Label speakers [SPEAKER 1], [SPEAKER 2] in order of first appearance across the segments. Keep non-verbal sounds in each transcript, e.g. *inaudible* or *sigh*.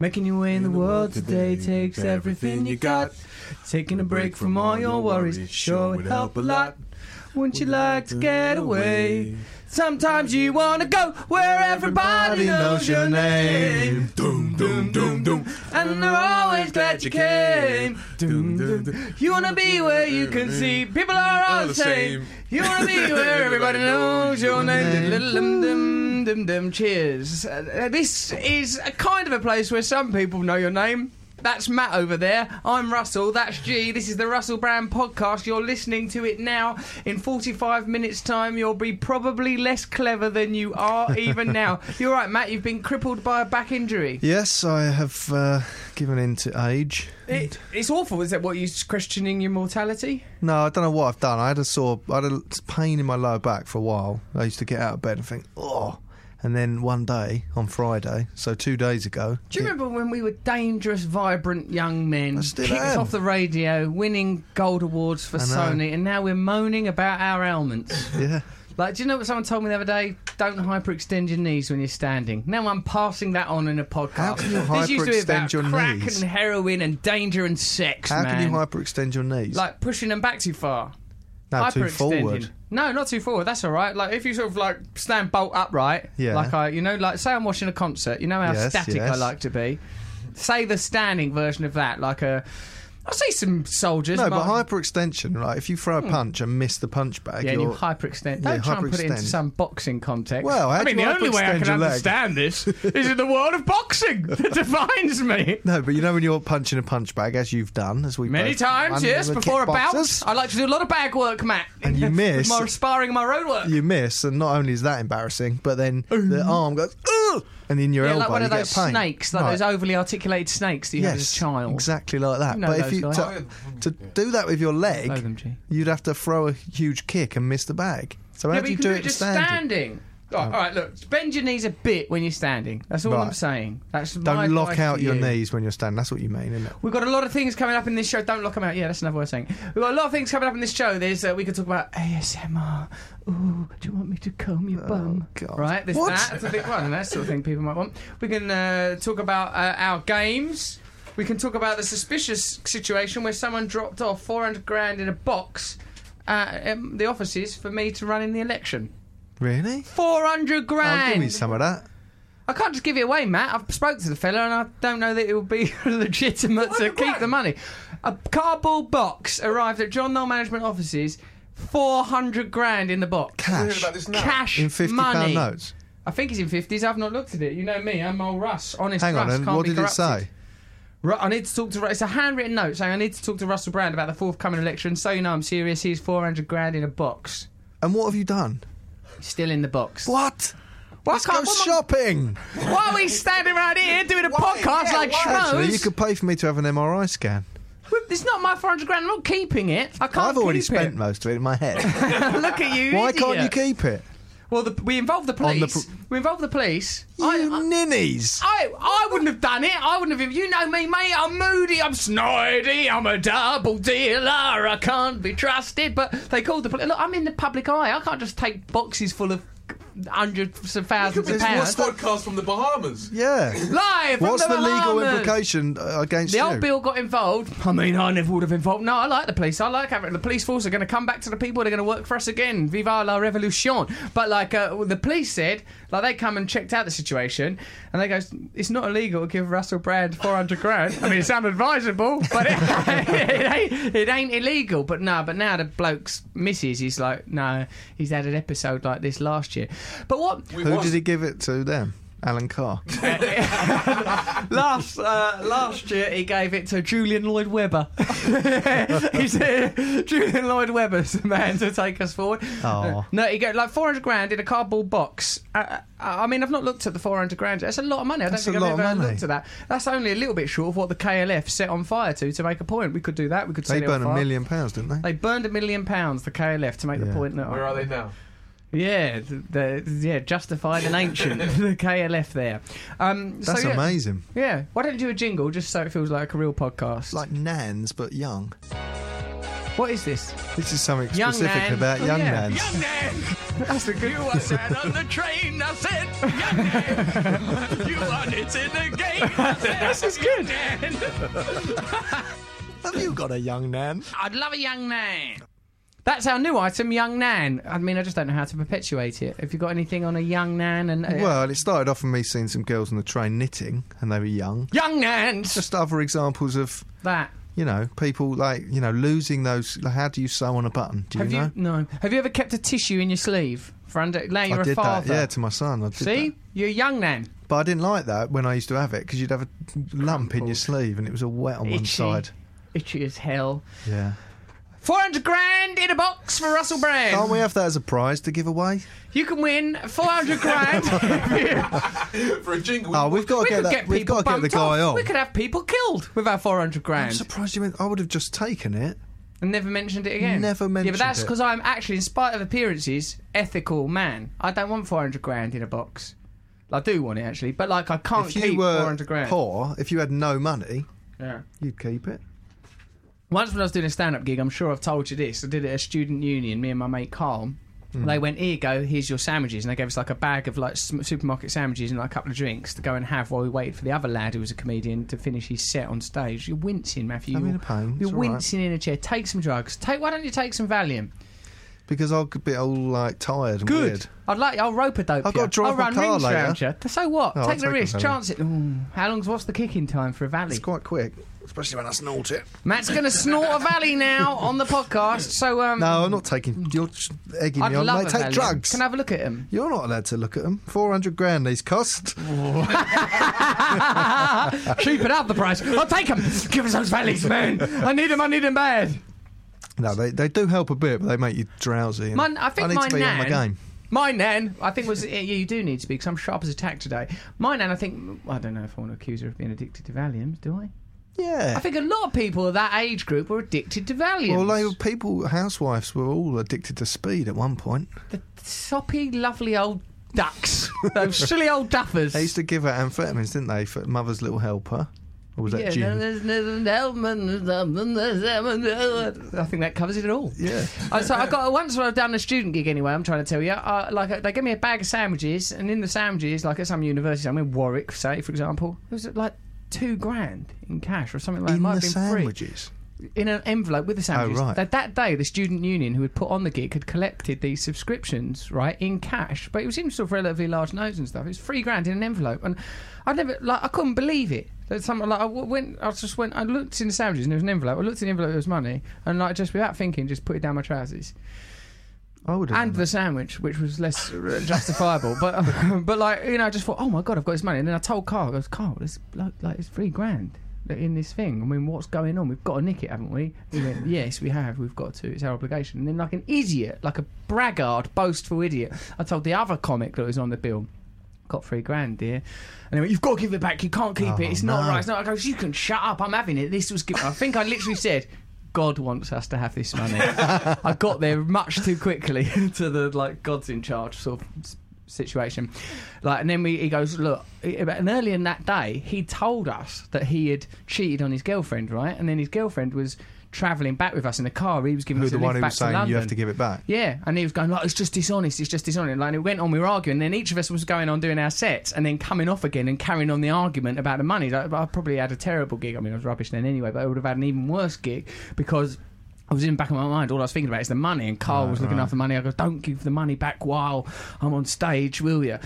[SPEAKER 1] Making your way in the world today takes everything you got. Taking a break from all your worries sure would help a lot. Wouldn't you like to get away? Sometimes you wanna go where everybody knows your name.
[SPEAKER 2] Doom, doom, doom, doom.
[SPEAKER 1] And they're always glad you came. Doom, doom, doom. You wanna be where you can see people are all the same. You wanna be where everybody knows your name. Dum, dum, dum, dum. Cheers. Uh, this is a kind of a place where some people know your name. That's Matt over there. I'm Russell. That's G. This is the Russell Brand podcast. You're listening to it now. In 45 minutes' time, you'll be probably less clever than you are *laughs* even now. You're right, Matt. You've been crippled by a back injury.
[SPEAKER 3] Yes, I have uh, given in to age.
[SPEAKER 1] It, it's awful. Is that what you're questioning your mortality?
[SPEAKER 3] No, I don't know what I've done. I had a sore, I had a pain in my lower back for a while. I used to get out of bed and think, oh. And then one day on Friday, so two days ago,
[SPEAKER 1] Do you
[SPEAKER 3] it-
[SPEAKER 1] remember when we were dangerous, vibrant young men,
[SPEAKER 3] I still
[SPEAKER 1] kicked
[SPEAKER 3] am.
[SPEAKER 1] off the radio, winning gold awards for
[SPEAKER 3] I know.
[SPEAKER 1] Sony, and now we're moaning about our ailments?
[SPEAKER 3] yeah,
[SPEAKER 1] Like, do you know what someone told me the other day? Don't hyperextend your knees when you're standing. Now I'm passing that on in a podcast.
[SPEAKER 3] How can you
[SPEAKER 1] this used to be about
[SPEAKER 3] hyperextend your
[SPEAKER 1] crack
[SPEAKER 3] knees?
[SPEAKER 1] and heroin and danger and sex,
[SPEAKER 3] how
[SPEAKER 1] man.
[SPEAKER 3] can you hyperextend your knees?
[SPEAKER 1] like pushing them back too far.
[SPEAKER 3] no, too
[SPEAKER 1] Hyperextending.
[SPEAKER 3] forward.
[SPEAKER 1] No, not too forward. That's all right. Like if you sort of like stand bolt upright,
[SPEAKER 3] Yeah.
[SPEAKER 1] like I, you know, like say I'm watching a concert. You know how
[SPEAKER 3] Yes,
[SPEAKER 1] static I
[SPEAKER 3] yes.
[SPEAKER 1] like to be. Say the standing version of that, like a. I see some soldiers.
[SPEAKER 3] No,
[SPEAKER 1] might-
[SPEAKER 3] but hyperextension, right? If you throw a punch and miss the punch bag,
[SPEAKER 1] Hmm. Yeah, and you
[SPEAKER 3] you're,
[SPEAKER 1] hyperextend.
[SPEAKER 3] Yeah,
[SPEAKER 1] Don't try and put it into
[SPEAKER 3] hyperextend.
[SPEAKER 1] some boxing context.
[SPEAKER 3] Well, how
[SPEAKER 1] I mean,
[SPEAKER 3] do you
[SPEAKER 1] the only way I
[SPEAKER 3] hyperextend
[SPEAKER 1] can
[SPEAKER 3] your leg?
[SPEAKER 1] understand this is in the world of
[SPEAKER 3] *laughs*
[SPEAKER 1] boxing that defines me.
[SPEAKER 3] no, but you know when you're punching a punch bag, as you've done, as we
[SPEAKER 1] Many
[SPEAKER 3] both-
[SPEAKER 1] times,
[SPEAKER 3] one
[SPEAKER 1] yes,
[SPEAKER 3] of the
[SPEAKER 1] before a bout,
[SPEAKER 3] kickboxers,
[SPEAKER 1] I like to do a lot of bag work, Matt. *laughs*
[SPEAKER 3] And you miss.
[SPEAKER 1] my sparring, and my road work.
[SPEAKER 3] you miss, and not only is that embarrassing, but then the arm goes, Ugh! and in your
[SPEAKER 1] Oh. Yeah,
[SPEAKER 3] elbow,
[SPEAKER 1] like one
[SPEAKER 3] you
[SPEAKER 1] of those
[SPEAKER 3] get pain.
[SPEAKER 1] snakes, like
[SPEAKER 3] Right.
[SPEAKER 1] those overly articulated snakes that you have as a child.
[SPEAKER 3] Exactly like that.
[SPEAKER 1] You know
[SPEAKER 3] but if
[SPEAKER 1] those
[SPEAKER 3] you
[SPEAKER 1] guys.
[SPEAKER 3] to, to do that with your leg,
[SPEAKER 1] Know them, G.
[SPEAKER 3] you'd have to throw a huge kick and miss the bag. So how
[SPEAKER 1] Yeah,
[SPEAKER 3] do
[SPEAKER 1] but
[SPEAKER 3] you,
[SPEAKER 1] you can
[SPEAKER 3] do,
[SPEAKER 1] do
[SPEAKER 3] it
[SPEAKER 1] it just
[SPEAKER 3] standing?
[SPEAKER 1] standing. Oh, All right, look, bend your knees a bit when you're standing. That's all I'm
[SPEAKER 3] Right.
[SPEAKER 1] saying. That's my
[SPEAKER 3] Don't
[SPEAKER 1] advice
[SPEAKER 3] lock
[SPEAKER 1] to
[SPEAKER 3] out your
[SPEAKER 1] you.
[SPEAKER 3] knees when you're standing. That's what you mean, isn't it?
[SPEAKER 1] We've got a lot of things coming up in this show. Don't lock them out. Yeah, that's another way of saying. it. We've got a lot of things coming up in this show. There's uh, we could talk about ASMR. Ooh, do you want me to comb your bum?
[SPEAKER 3] Oh, God.
[SPEAKER 1] Right, there's
[SPEAKER 3] What?
[SPEAKER 1] that. That's a big one. and That's the sort of thing people might want. We can uh, talk about uh, our games. We can talk about the suspicious situation where someone dropped off 400 grand in a box at um, the offices for me to run in the election.
[SPEAKER 3] Really?
[SPEAKER 1] 400
[SPEAKER 3] I'll
[SPEAKER 1] grand!
[SPEAKER 3] Oh, give me some of that.
[SPEAKER 1] I can't just give it away, Matt. I've spoke to the fella and I don't know that it would be *laughs* legitimate to keep the money. A cardboard box arrived at John Knoll Management offices. Four hundred grand in the box.
[SPEAKER 3] Cash.
[SPEAKER 2] about this now?
[SPEAKER 1] Cash
[SPEAKER 3] In fifty
[SPEAKER 1] money.
[SPEAKER 3] pound notes.
[SPEAKER 1] I think it's in fifties. I've not looked at it. You know me. I'm old Russ. Honest
[SPEAKER 3] Hang on,
[SPEAKER 1] Russ.
[SPEAKER 3] and
[SPEAKER 1] can't
[SPEAKER 3] what
[SPEAKER 1] be
[SPEAKER 3] did it
[SPEAKER 1] corrupted.
[SPEAKER 3] say?
[SPEAKER 1] Ru- I need to talk to. Ru- It's a handwritten note saying I need to talk to Russell Brand about the forthcoming election. So you know I'm serious. He's four hundred grand in a box.
[SPEAKER 3] And what have you done?
[SPEAKER 1] Still in the box.
[SPEAKER 3] What? Let's
[SPEAKER 1] can't-
[SPEAKER 3] go
[SPEAKER 1] what am I-
[SPEAKER 3] shopping.
[SPEAKER 1] Why are we standing around here doing a podcast like schmoes?
[SPEAKER 3] Actually, you could pay for me to have an MRI scan.
[SPEAKER 1] Well, It's not my 400 grand. I'm not keeping it. I can't.
[SPEAKER 3] I've already
[SPEAKER 1] keep
[SPEAKER 3] spent
[SPEAKER 1] *laughs* It.
[SPEAKER 3] most of it in my head.
[SPEAKER 1] Look at you.
[SPEAKER 3] Why
[SPEAKER 1] idiot.
[SPEAKER 3] can't you keep it?
[SPEAKER 1] Well, the, we involved the
[SPEAKER 3] On the
[SPEAKER 1] police. we involved the police.
[SPEAKER 3] you ninnies.
[SPEAKER 1] I, I wouldn't have done it. I wouldn't have. You know me, mate. I'm moody. I'm snidey. I'm a double dealer. I can't be trusted. But they called the police. Look, I'm in the public eye. I can't just take boxes full of hundreds of thousands of
[SPEAKER 3] What's
[SPEAKER 1] pounds.
[SPEAKER 3] the-
[SPEAKER 2] podcast from the Bahamas.
[SPEAKER 3] yeah.
[SPEAKER 1] Live. from
[SPEAKER 3] What's the, legal
[SPEAKER 1] Bahamas.
[SPEAKER 3] implication uh, against
[SPEAKER 1] The
[SPEAKER 3] you?
[SPEAKER 1] old Bill got involved. I mean, I never would have involved. No, I like the police. I like having the police force are going to come back to the people. They're going to work for us again. Viva la revolution! But like uh, the police said, like they come and checked out the situation, and they go, "It's not illegal to give Russell Brand four hundred grand. I mean, it's unadvisable, but it, *laughs* it, ain't, it ain't illegal. But no, but now the bloke's missus is like, no, he's had an episode like this last year. But what?
[SPEAKER 3] Who did he give it to? Them.
[SPEAKER 1] *laughs*
[SPEAKER 3] Alan Carr.
[SPEAKER 1] last uh, last year he gave it to Julian Lloyd Webber. *laughs* he said Julian Lloyd Webber's the man to take us forward.
[SPEAKER 3] Aw.
[SPEAKER 1] No, he got like 400 grand in a cardboard box. Uh, uh, I mean, I've not looked at the 400 grand. That's a lot of money. I don't
[SPEAKER 3] That's
[SPEAKER 1] think
[SPEAKER 3] a
[SPEAKER 1] I've
[SPEAKER 3] lot of
[SPEAKER 1] ever
[SPEAKER 3] money.
[SPEAKER 1] looked at that. That's only a little bit short of what the KLF set on fire to to make a point. We could do that. We could
[SPEAKER 3] They
[SPEAKER 1] set it on
[SPEAKER 3] burned a
[SPEAKER 1] fire.
[SPEAKER 3] million pounds, didn't they?
[SPEAKER 1] They burned a million pounds, the KLF, to make the
[SPEAKER 3] Yeah.
[SPEAKER 1] point that
[SPEAKER 2] Where are they now? *laughs*
[SPEAKER 1] yeah, th- the, yeah, justified and ancient, the
[SPEAKER 3] *laughs*
[SPEAKER 1] KLF there. Um, so,
[SPEAKER 3] That's
[SPEAKER 1] yeah.
[SPEAKER 3] amazing.
[SPEAKER 1] Yeah. Why don't you do a jingle just so it feels like a real podcast?
[SPEAKER 3] It's like Nans, but young.
[SPEAKER 1] what is this?
[SPEAKER 3] This is something
[SPEAKER 1] Young
[SPEAKER 3] specific
[SPEAKER 1] Nan.
[SPEAKER 3] about
[SPEAKER 1] Oh, *laughs*
[SPEAKER 3] young
[SPEAKER 1] yeah.
[SPEAKER 3] Nans.
[SPEAKER 1] That's a good.
[SPEAKER 4] You are sat on the train. I said, "Your name." You are it's in the game. I said,
[SPEAKER 1] This is good.
[SPEAKER 4] "Dan."
[SPEAKER 3] Have you got a young nan?
[SPEAKER 1] I'd love a young Nan. That's our new item, Young Nan. I mean, I just don't know how to perpetuate it. Have you got anything on a Young Nan and uh,
[SPEAKER 3] Well, it started off with me seeing some girls on the train knitting, and they were young.
[SPEAKER 1] Young Nans?
[SPEAKER 3] Just other examples of
[SPEAKER 1] That.
[SPEAKER 3] you know people like you know losing those. Like, how do you sew on a button? Do you
[SPEAKER 1] Have
[SPEAKER 3] know?
[SPEAKER 1] you no? Have you ever kept a tissue in your sleeve for under? Now you're
[SPEAKER 3] I
[SPEAKER 1] a
[SPEAKER 3] did that,
[SPEAKER 1] father.
[SPEAKER 3] yeah, to my son. I did
[SPEAKER 1] See,
[SPEAKER 3] that.
[SPEAKER 1] you're a young Nan.
[SPEAKER 3] but I didn't like that when I used to have it because you'd have a lump in your sleeve and it was all wet on one
[SPEAKER 1] Itchy.
[SPEAKER 3] side.
[SPEAKER 1] Itchy as hell.
[SPEAKER 3] Yeah,
[SPEAKER 1] Four hundred grand in a box for Russell Brand.
[SPEAKER 3] can't we have that as a prize to give away?
[SPEAKER 1] You can win four hundred
[SPEAKER 3] *laughs*
[SPEAKER 1] grand.
[SPEAKER 2] For a jingle.
[SPEAKER 3] Oh, we've got to
[SPEAKER 1] we
[SPEAKER 3] get
[SPEAKER 1] could
[SPEAKER 3] that.
[SPEAKER 1] get
[SPEAKER 3] we've
[SPEAKER 1] people
[SPEAKER 3] got to get the
[SPEAKER 1] bumped
[SPEAKER 3] guy
[SPEAKER 1] off.
[SPEAKER 3] on.
[SPEAKER 1] We could have people killed with our four hundred
[SPEAKER 3] I'm
[SPEAKER 1] grand
[SPEAKER 3] surprised you. Went, I would have just taken it.
[SPEAKER 1] and never mentioned it again.
[SPEAKER 3] Never
[SPEAKER 1] Yeah,
[SPEAKER 3] mentioned
[SPEAKER 1] but that's
[SPEAKER 3] it.
[SPEAKER 1] because I'm actually, in spite of appearances, ethical man. I don't want four hundred grand in a box. I do want it actually, but like I can't
[SPEAKER 3] If you
[SPEAKER 1] keep four
[SPEAKER 3] were
[SPEAKER 1] hundred grand.
[SPEAKER 3] poor, if you had no money,
[SPEAKER 1] Yeah.
[SPEAKER 3] you'd keep it.
[SPEAKER 1] Once when I was doing a stand-up gig, I'm sure I've told you this. I did it at a student union. Me and my mate Carl.
[SPEAKER 3] Hmm.
[SPEAKER 1] They went here, you go. Here's your sandwiches, and they gave us like a bag of like s- supermarket sandwiches and like a couple of drinks to go and have while we waited for the other lad who was a comedian to finish his set on stage. You're wincing, Matthew.
[SPEAKER 3] I'm
[SPEAKER 1] You're,
[SPEAKER 3] in a pain. It's
[SPEAKER 1] you're
[SPEAKER 3] all right.
[SPEAKER 1] wincing in a chair. Take some drugs. Take. Why don't you take some Valium?
[SPEAKER 3] Because I could be all like tired and weird.
[SPEAKER 1] I'd like. I'll rope a dope.
[SPEAKER 3] I've got
[SPEAKER 1] you.
[SPEAKER 3] to drive
[SPEAKER 1] I'll
[SPEAKER 3] my
[SPEAKER 1] run
[SPEAKER 3] car
[SPEAKER 1] rings
[SPEAKER 3] later.
[SPEAKER 1] round you. So what?
[SPEAKER 3] No, I'll
[SPEAKER 1] take the
[SPEAKER 3] take a
[SPEAKER 1] risk.
[SPEAKER 3] Valium.
[SPEAKER 1] Chance it. Ooh, how long's what's the kicking time for a Valley?
[SPEAKER 3] It's quite quick, especially when I snort it.
[SPEAKER 1] Matt's going to snort a Valley now on the podcast. So um,
[SPEAKER 3] No, I'm not taking. You're egging
[SPEAKER 1] I'd
[SPEAKER 3] me on.
[SPEAKER 1] love
[SPEAKER 3] Mate,
[SPEAKER 1] a
[SPEAKER 3] take
[SPEAKER 1] Valium.
[SPEAKER 3] drugs.
[SPEAKER 1] Can I have a look at him?
[SPEAKER 3] You're not allowed to look at them. Four hundred grand these cost.
[SPEAKER 1] Cheap it up the price. I'll take 'em. Give us those valleys, man. I need 'em, I need 'em bad.
[SPEAKER 3] No, they, they do help a bit, but they make you drowsy. and
[SPEAKER 1] Mine- I think
[SPEAKER 3] need
[SPEAKER 1] my
[SPEAKER 3] to be on my
[SPEAKER 1] nan-
[SPEAKER 3] game.
[SPEAKER 1] My nan, I think was yeah, you do need to be because I'm sharp as a tack today. My nan, I think I don't know if I want to accuse her of being addicted to Valiums, do I?
[SPEAKER 3] Yeah.
[SPEAKER 1] I think a lot of people of that age group were addicted to Valiums.
[SPEAKER 3] well, they were people, housewives were all addicted to speed at one point.
[SPEAKER 1] the soppy, lovely old ducks, those silly old duffers.
[SPEAKER 3] They used to give her amphetamines, didn't they, for Mother's Little Helper? Or was that
[SPEAKER 1] Yeah,
[SPEAKER 3] gin?
[SPEAKER 1] I think that covers it all.
[SPEAKER 3] Yeah.
[SPEAKER 1] Uh, so I got once when I was down a student gig anyway. I'm trying to tell you, uh, like uh, they gave me a bag of sandwiches, and in the sandwiches, like at some university, I'm in Warwick, say for example, it was like two grand in cash or something like that.
[SPEAKER 3] In
[SPEAKER 1] Might have
[SPEAKER 3] the
[SPEAKER 1] been
[SPEAKER 3] sandwiches.
[SPEAKER 1] free in an envelope with the sandwiches.
[SPEAKER 3] right.
[SPEAKER 1] That that day, the student union who had put on the gig had collected these subscriptions right in cash, but it was in sort of relatively large notes and stuff. It was three grand in an envelope, and I never like I couldn't believe it. That someone like I w- went, I just went, I looked in the sandwiches and there was an envelope. I looked in the envelope, there was money, and like just without thinking, just put it down my trousers
[SPEAKER 3] I would have.
[SPEAKER 1] and the sandwich, which was less uh, justifiable. but *laughs* but like you know, I just thought, oh my god, I've got this money. And then I told Carl, I goes, Carl, this like, like it's three grand in this thing. I mean, what's going on? We've got to nick it, haven't we? He went, yes, we have. We've got to. It's our obligation. And then like an idiot, like a braggart, boastful idiot, I told the other comic that was on the bill. Got three grand, dear. And they went, You've got to give it back. You can't keep it.
[SPEAKER 3] Oh,
[SPEAKER 1] It's not
[SPEAKER 3] no.
[SPEAKER 1] right. It's not. I goes, You can shut up. I'm having it. This was given. I think I literally *laughs* said, God wants us to have this
[SPEAKER 3] *laughs*
[SPEAKER 1] money. I got there much too quickly *laughs* to the like God's in charge sort of s- situation. Like, and then we, he goes, look, he- and earlier in that day, he told us that he had cheated on his girlfriend, right? And then his girlfriend was travelling back with us in the car. He was giving
[SPEAKER 3] Who
[SPEAKER 1] us a
[SPEAKER 3] the
[SPEAKER 1] lift
[SPEAKER 3] one who
[SPEAKER 1] back
[SPEAKER 3] was
[SPEAKER 1] to
[SPEAKER 3] saying
[SPEAKER 1] London.
[SPEAKER 3] you have to give it back?
[SPEAKER 1] Yeah, and he was going like, "It's just dishonest. It's just dishonest." Like, and it went on. We were arguing. Then each of us was going on doing our sets, and then coming off again and carrying on the argument about the money. Like, I probably had a terrible gig. I mean, I was rubbish then anyway, but I would have had an even worse gig because. I was in the back of my mind. All I was thinking about is the money, and Carl was looking after money. I go, "Don't give the money back while I'm on stage, will you?"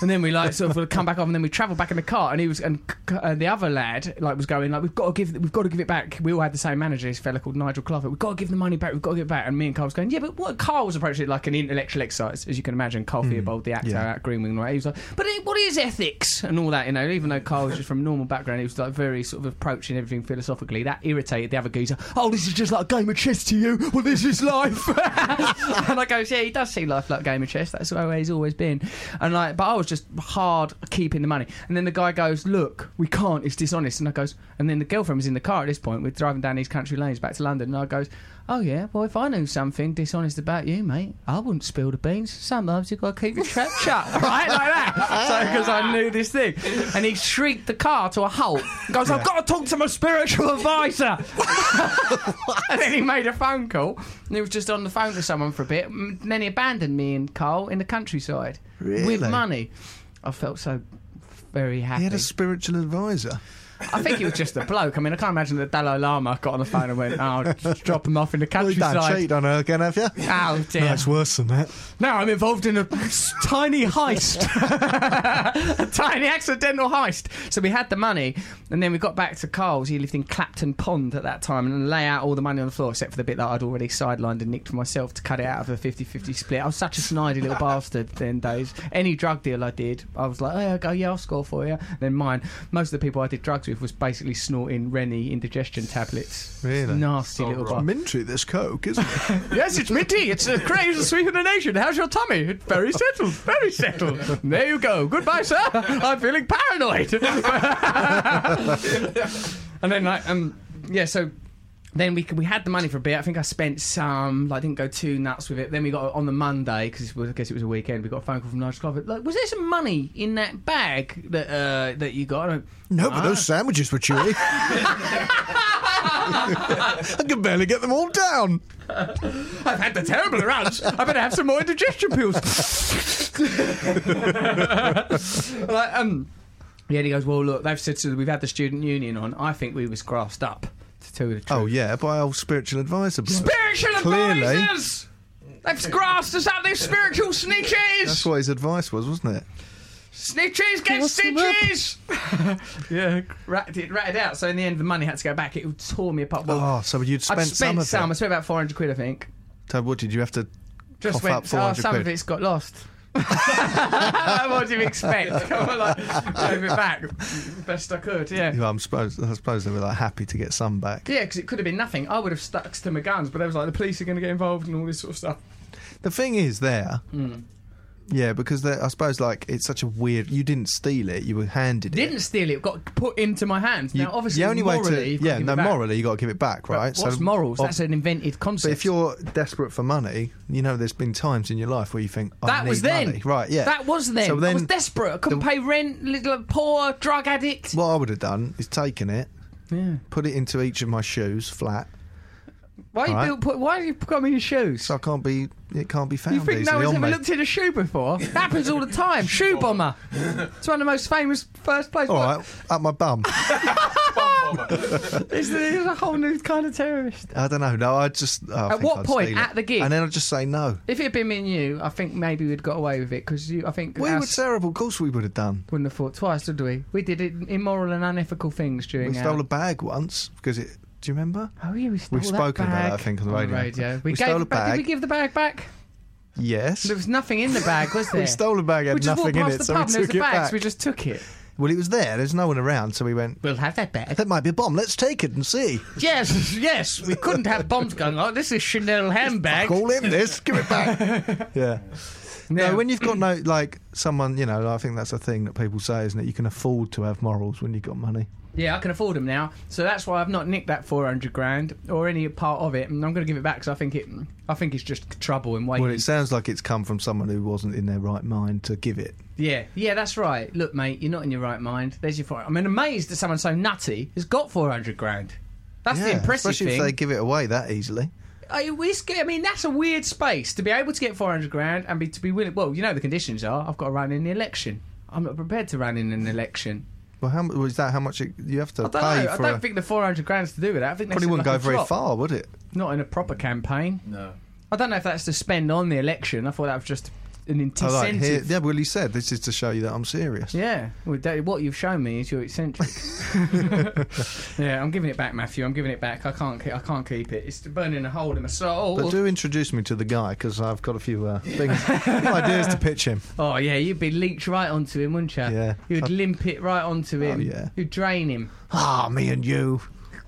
[SPEAKER 1] and then we like sort of would come back off, and then we travel back in the car. And he was, and, c- and the other lad like was going like, "We've got to give, we've got to give it back." We all had the same manager, this fella called Nigel Clough. We've got to give the money back. We've got to give it back. And me and Carl was going, "Yeah, but what?" Carl was approaching it like an intellectual exercise, as you can imagine. Carl Theobald, the actor
[SPEAKER 3] yeah.
[SPEAKER 1] at Greenwing, right? He was like, "But it, what is ethics and all that?" You know, even though Carl was just from a normal background, he was like very sort of approaching everything philosophically. That irritated the other geezer. Oh, this is just like a game of chess to you. Well, this is life. *laughs* and I goes, yeah, he does see life like a game of chess. That's the way he's always been. And like, but I was just hard keeping the money. And then the guy goes, look, we can't. It's dishonest. And I goes, and then the girlfriend was in the car at this point. We're driving down these country lanes back to London, and I goes. Oh yeah, well if I knew something dishonest about you, mate, I wouldn't spill the beans. Sometimes you've got to keep your trap shut, *laughs* right, like that. So because I knew this thing, and he shrieked the car to a halt. Goes, I've got to talk to my spiritual advisor. *laughs* and then he made a phone call and he was just on the phone to someone for a bit. And then he abandoned me and Carl in the countryside with
[SPEAKER 3] Really?
[SPEAKER 1] money. I felt so very happy.
[SPEAKER 3] He had
[SPEAKER 1] I
[SPEAKER 3] a spiritual advisor.
[SPEAKER 1] think he was just a bloke. I mean, I can't imagine that Dalai Lama got on the phone and went, "Oh, just drop him off in the
[SPEAKER 3] Well, you don't
[SPEAKER 1] countryside."
[SPEAKER 3] cheat on her again, have you?
[SPEAKER 1] Oh dear!
[SPEAKER 3] No, it's worse than that.
[SPEAKER 1] Now I'm involved in a tiny *laughs* heist, a tiny accidental heist. So we had the money, and then we got back to Carl's. He lived in Clapton Pond at that time, and lay out all the money on the floor except for the bit that I'd already sidelined and nicked for myself to cut it out of a 50-50 split. I was such a snidey *laughs* little bastard then days. Any drug deal I did, I was like, oh, go, yeah, I'll score for you. Then mine, most of the people I did drugs with was basically snorting Rennie indigestion tablets.
[SPEAKER 3] Really?
[SPEAKER 1] Nasty
[SPEAKER 2] So
[SPEAKER 1] little
[SPEAKER 2] wrong.
[SPEAKER 1] bastard.
[SPEAKER 3] Mintry, this coke, isn't it?
[SPEAKER 1] Yes, it's me tea. It's the craziest sweet in the nation. How's your tummy? It's very settled. Very settled. There you go. Goodbye, sir. I'm feeling paranoid. *laughs* and then, like, um, yeah, so. Then we we had the money for a bit. I think I spent some. Like, didn't go too nuts with it. Then we got on the Monday because I guess it was a weekend. We got a phone call from Nigel Clover. Like, was there some money in that bag that uh, that you got? I went,
[SPEAKER 3] No, but
[SPEAKER 1] Ah.
[SPEAKER 3] those sandwiches were chewy. I could barely get them all down.
[SPEAKER 1] I've had the terrible rounds. I better have some more indigestion pills. *laughs* like, um, yeah, and he goes, well, look, they've said so we've had the student union on. I think we was grassed up, to tell you the truth.
[SPEAKER 3] Oh yeah, by old spiritual advisor. bloke.
[SPEAKER 1] Spiritual
[SPEAKER 3] Clearly.
[SPEAKER 1] advisors! They've grassed us up, these spiritual snitches!
[SPEAKER 3] That's what his advice was, wasn't it?
[SPEAKER 1] Snitches get stitches! *laughs* yeah, ratted, it ratted out. So in the end, the money had to go back. It tore me apart. Well,
[SPEAKER 3] Oh, so you'd spent,
[SPEAKER 1] I spent
[SPEAKER 3] some,
[SPEAKER 1] some. I
[SPEAKER 3] of
[SPEAKER 1] spent about 400 quid, I think.
[SPEAKER 3] it. So what did you have to?
[SPEAKER 1] just
[SPEAKER 3] cough
[SPEAKER 1] went,
[SPEAKER 3] up
[SPEAKER 1] oh,
[SPEAKER 3] 400
[SPEAKER 1] some of
[SPEAKER 3] quid."
[SPEAKER 1] it's got lost. *laughs* what do you expect? *laughs* Come on, like, gave it back best I could. Yeah,
[SPEAKER 3] Well, I'm supposed. I suppose they were like happy to get some back.
[SPEAKER 1] yeah, because it could have been nothing. I would have stuck to my guns, but they was like, the police are going to get involved and all this sort of stuff.
[SPEAKER 3] The thing is, there.
[SPEAKER 1] Hmm.
[SPEAKER 3] Yeah, because they- I suppose like it's such a weird. You didn't steal it; you were handed it.
[SPEAKER 1] Didn't steal it. Got put into my hands.
[SPEAKER 3] You,
[SPEAKER 1] now, obviously,
[SPEAKER 3] the only
[SPEAKER 1] morally,
[SPEAKER 3] way to
[SPEAKER 1] you've got
[SPEAKER 3] yeah,
[SPEAKER 1] give
[SPEAKER 3] no,
[SPEAKER 1] it back.
[SPEAKER 3] morally you got to give it back,
[SPEAKER 1] But
[SPEAKER 3] right?
[SPEAKER 1] What's morals?
[SPEAKER 3] ob-
[SPEAKER 1] That's an invented concept.
[SPEAKER 3] But if you're desperate for money, you know there's been times in your life where you think I
[SPEAKER 1] that was
[SPEAKER 3] need
[SPEAKER 1] then,
[SPEAKER 3] money. right? Yeah,
[SPEAKER 1] that was then.
[SPEAKER 3] So
[SPEAKER 1] I
[SPEAKER 3] then
[SPEAKER 1] was desperate. I couldn't
[SPEAKER 3] the-
[SPEAKER 1] pay rent. Little poor drug addict.
[SPEAKER 3] what I would have done is taken it,
[SPEAKER 1] Yeah.
[SPEAKER 3] put it into each of my shoes flat,
[SPEAKER 1] Why you
[SPEAKER 3] Alright.
[SPEAKER 1] built? put- Why you put me in your shoes?
[SPEAKER 3] so I can't be it can't be found
[SPEAKER 1] You think
[SPEAKER 3] easily
[SPEAKER 1] no one's
[SPEAKER 3] on
[SPEAKER 1] ever
[SPEAKER 3] me.
[SPEAKER 1] looked in a shoe *laughs* before? happens all the time. Shoe bomber. It's one of the most famous first place.
[SPEAKER 3] All right, up my bum.
[SPEAKER 1] It's, it's a whole new kind of terrorist.
[SPEAKER 3] I don't know. No, I just oh, I
[SPEAKER 1] At
[SPEAKER 3] think
[SPEAKER 1] what
[SPEAKER 3] I'd
[SPEAKER 1] point?
[SPEAKER 3] steal it.
[SPEAKER 1] At the gig?
[SPEAKER 3] and then I'd just say no.
[SPEAKER 1] If it had been me and you, I think maybe we'd got away with it because you. I think
[SPEAKER 3] We
[SPEAKER 1] our
[SPEAKER 3] were
[SPEAKER 1] s-
[SPEAKER 3] terrible. Of course, we would have done.
[SPEAKER 1] wouldn't have thought twice, would we? We did it, immoral and unethical things during.
[SPEAKER 3] We
[SPEAKER 1] our-
[SPEAKER 3] stole a bag once because it. Do you remember?
[SPEAKER 1] Oh yeah, we stole
[SPEAKER 3] We've
[SPEAKER 1] that
[SPEAKER 3] spoken about
[SPEAKER 1] bag.
[SPEAKER 3] that, I think, on the radio.
[SPEAKER 1] *laughs* We,
[SPEAKER 3] We
[SPEAKER 1] gave
[SPEAKER 3] stole
[SPEAKER 1] the
[SPEAKER 3] a
[SPEAKER 1] bag. Did
[SPEAKER 3] bag.
[SPEAKER 1] we give the bag back?
[SPEAKER 3] *laughs* Yes.
[SPEAKER 1] There was nothing in the bag, was there?
[SPEAKER 3] We stole a bag,
[SPEAKER 1] *laughs*
[SPEAKER 3] had
[SPEAKER 1] We just walked
[SPEAKER 3] nothing in
[SPEAKER 1] past
[SPEAKER 3] it,
[SPEAKER 1] the
[SPEAKER 3] so
[SPEAKER 1] pub.
[SPEAKER 3] we
[SPEAKER 1] and there was
[SPEAKER 3] took
[SPEAKER 1] a
[SPEAKER 3] it
[SPEAKER 1] bag, so
[SPEAKER 3] back.
[SPEAKER 1] we just took *laughs* it.
[SPEAKER 3] Well, it was there. There's no one around, so we went.
[SPEAKER 1] We'll have that bag.
[SPEAKER 3] That might be a bomb. Let's take it and see.
[SPEAKER 1] yes, yes. We couldn't have bombs going on. This is Chanel handbag.
[SPEAKER 3] Call in this. Give it back. yeah.
[SPEAKER 1] *laughs* Yeah.
[SPEAKER 3] No, when you've got no like someone, you know, I think that's a thing that people say, isn't it? You can afford to have morals when you've got money.
[SPEAKER 1] Yeah, I can afford them now, so that's why I've not nicked that four hundred grand or any part of it, and I'm going to give it back because I think it, I think it's just trouble and waiting.
[SPEAKER 3] Well, it sounds like it's come from someone who wasn't in their right mind to give it.
[SPEAKER 1] yeah, yeah, that's right. Look, mate, you're not in your right mind. There's your four. I'm amazed that someone so nutty has got four hundred grand. That's the
[SPEAKER 3] Yeah,
[SPEAKER 1] impressive
[SPEAKER 3] especially
[SPEAKER 1] thing.
[SPEAKER 3] if they give it away that easily.
[SPEAKER 1] I, we sca- I mean, that's a weird space to be able to get 400 grand and be to be willing. Well, you know the conditions are. I've got to run in the election. I'm not prepared to run in an election.
[SPEAKER 3] Well, how mu- was that? How much it, you have to
[SPEAKER 1] I don't
[SPEAKER 3] pay
[SPEAKER 1] know. I
[SPEAKER 3] for?
[SPEAKER 1] don't
[SPEAKER 3] a,
[SPEAKER 1] think the 400 grand's to do with that. I think
[SPEAKER 3] probably
[SPEAKER 1] that's
[SPEAKER 3] wouldn't
[SPEAKER 1] like
[SPEAKER 3] go
[SPEAKER 1] a
[SPEAKER 3] very
[SPEAKER 1] drop.
[SPEAKER 3] far, would it?
[SPEAKER 1] Not in a proper campaign.
[SPEAKER 2] No.
[SPEAKER 1] I don't know if that's to spend on the election. I thought that was just an
[SPEAKER 3] I like here,
[SPEAKER 1] incentive.
[SPEAKER 3] yeah, well, he said this is to show you that I'm serious.
[SPEAKER 1] yeah, well, that, what you've shown me is you're
[SPEAKER 3] *laughs*
[SPEAKER 1] eccentric. yeah, I'm giving it back, Matthew. I'm giving it back. I can't. Keep, I can't keep it. It's burning a hole in my soul.
[SPEAKER 3] But do introduce me to the guy because I've got a few
[SPEAKER 1] *laughs*
[SPEAKER 3] uh, things, ideas to pitch him.
[SPEAKER 1] Oh yeah, you'd be leech right onto him, wouldn't you?
[SPEAKER 3] Yeah.
[SPEAKER 1] You'd
[SPEAKER 3] I'd-
[SPEAKER 1] limp it right onto him.
[SPEAKER 3] yeah.
[SPEAKER 1] You'd drain him.
[SPEAKER 3] Ah, me and you.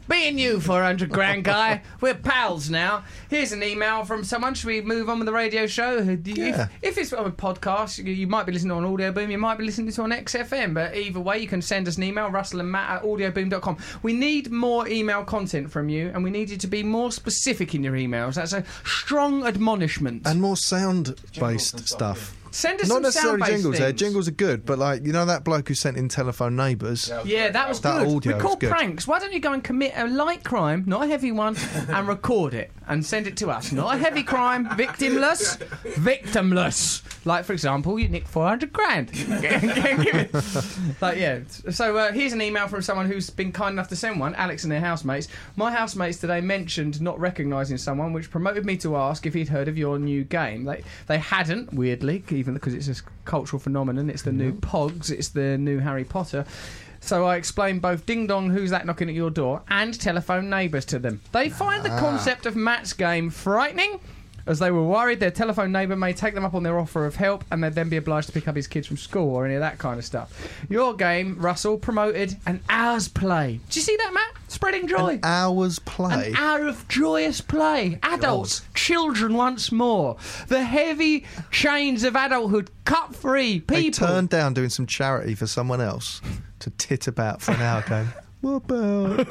[SPEAKER 1] Me and you, 400 grand guy. We're pals now. Here's an email from someone. Should we move on with the radio show? Do you-
[SPEAKER 3] Yeah.
[SPEAKER 1] If, if it's on a podcast, you, you might be listening on Audio Boom, you might be listening to on XFM, but either way, you can send us an email, russell and matt at audioboom.com. We need more email content from you, and we need you to be more specific in your emails. That's a strong admonishment.
[SPEAKER 3] And more sound based stuff.
[SPEAKER 1] Send us
[SPEAKER 3] Not
[SPEAKER 1] some sound
[SPEAKER 3] necessarily
[SPEAKER 1] based
[SPEAKER 3] jingles. There,
[SPEAKER 1] things.
[SPEAKER 3] jingles are good, but like you know that bloke who sent in telephone neighbours.
[SPEAKER 1] Yeah, that was
[SPEAKER 3] That
[SPEAKER 1] good.
[SPEAKER 3] audio was
[SPEAKER 1] Record
[SPEAKER 3] good.
[SPEAKER 1] pranks. Why don't you go and commit a light crime, not a heavy one, and record it and send it to us? Not a heavy crime, victimless, victimless. Like for example, you nick four hundred grand. *laughs* like yeah. So uh, here's an email from someone who's been kind enough to send one. Alex and their housemates. My housemates today mentioned not recognising someone, which promoted me to ask if he'd heard of your new game. They they hadn't weirdly, even because it's a s- cultural phenomenon. It's the new Pogs. It's the new Harry Potter. So I explain both Ding Dong, Who's That Knocking at Your Door, and Telephone Neighbours to them. They find the concept of Matt's game frightening. As they were worried their telephone neighbour may take them up on their offer of help and they'd then be obliged to pick up his kids from school or any of that kind of stuff. Your game, Russell, promoted an hour's play. Do you see that, Matt? Spreading joy.
[SPEAKER 3] Hours play.
[SPEAKER 1] An hour of joyous play. Adults, children once more. The heavy chains of adulthood cut free. People.
[SPEAKER 3] They turned down doing some charity for someone else to tit about for an hour. Going, *laughs* what about?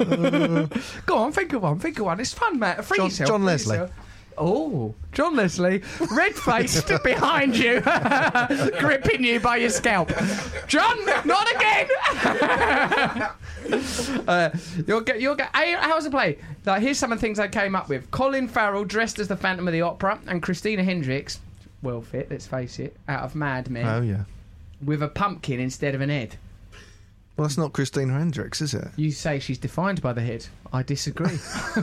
[SPEAKER 1] *laughs*
[SPEAKER 3] uh,
[SPEAKER 1] Go on, think of one, think of one. It's fun, Matt. Free
[SPEAKER 3] John-
[SPEAKER 1] yourself.
[SPEAKER 3] John
[SPEAKER 1] free
[SPEAKER 3] Leslie.
[SPEAKER 1] yourself. Oh, John Leslie, red
[SPEAKER 3] *laughs*
[SPEAKER 1] faced behind you, *laughs* gripping you by your scalp. John, not again! *laughs* uh, you'll get, you'll get. Hey, How's the play? Like, here's some of the things I came up with: Colin Farrell dressed as the Phantom of the Opera, and Christina Hendricks, well fit, let's face it, out of Mad Men,
[SPEAKER 3] oh yeah.
[SPEAKER 1] with a pumpkin instead of an head.
[SPEAKER 3] Well, that's not Christina Hendricks, is it?
[SPEAKER 1] You say she's defined by the head. I disagree. *laughs* uh,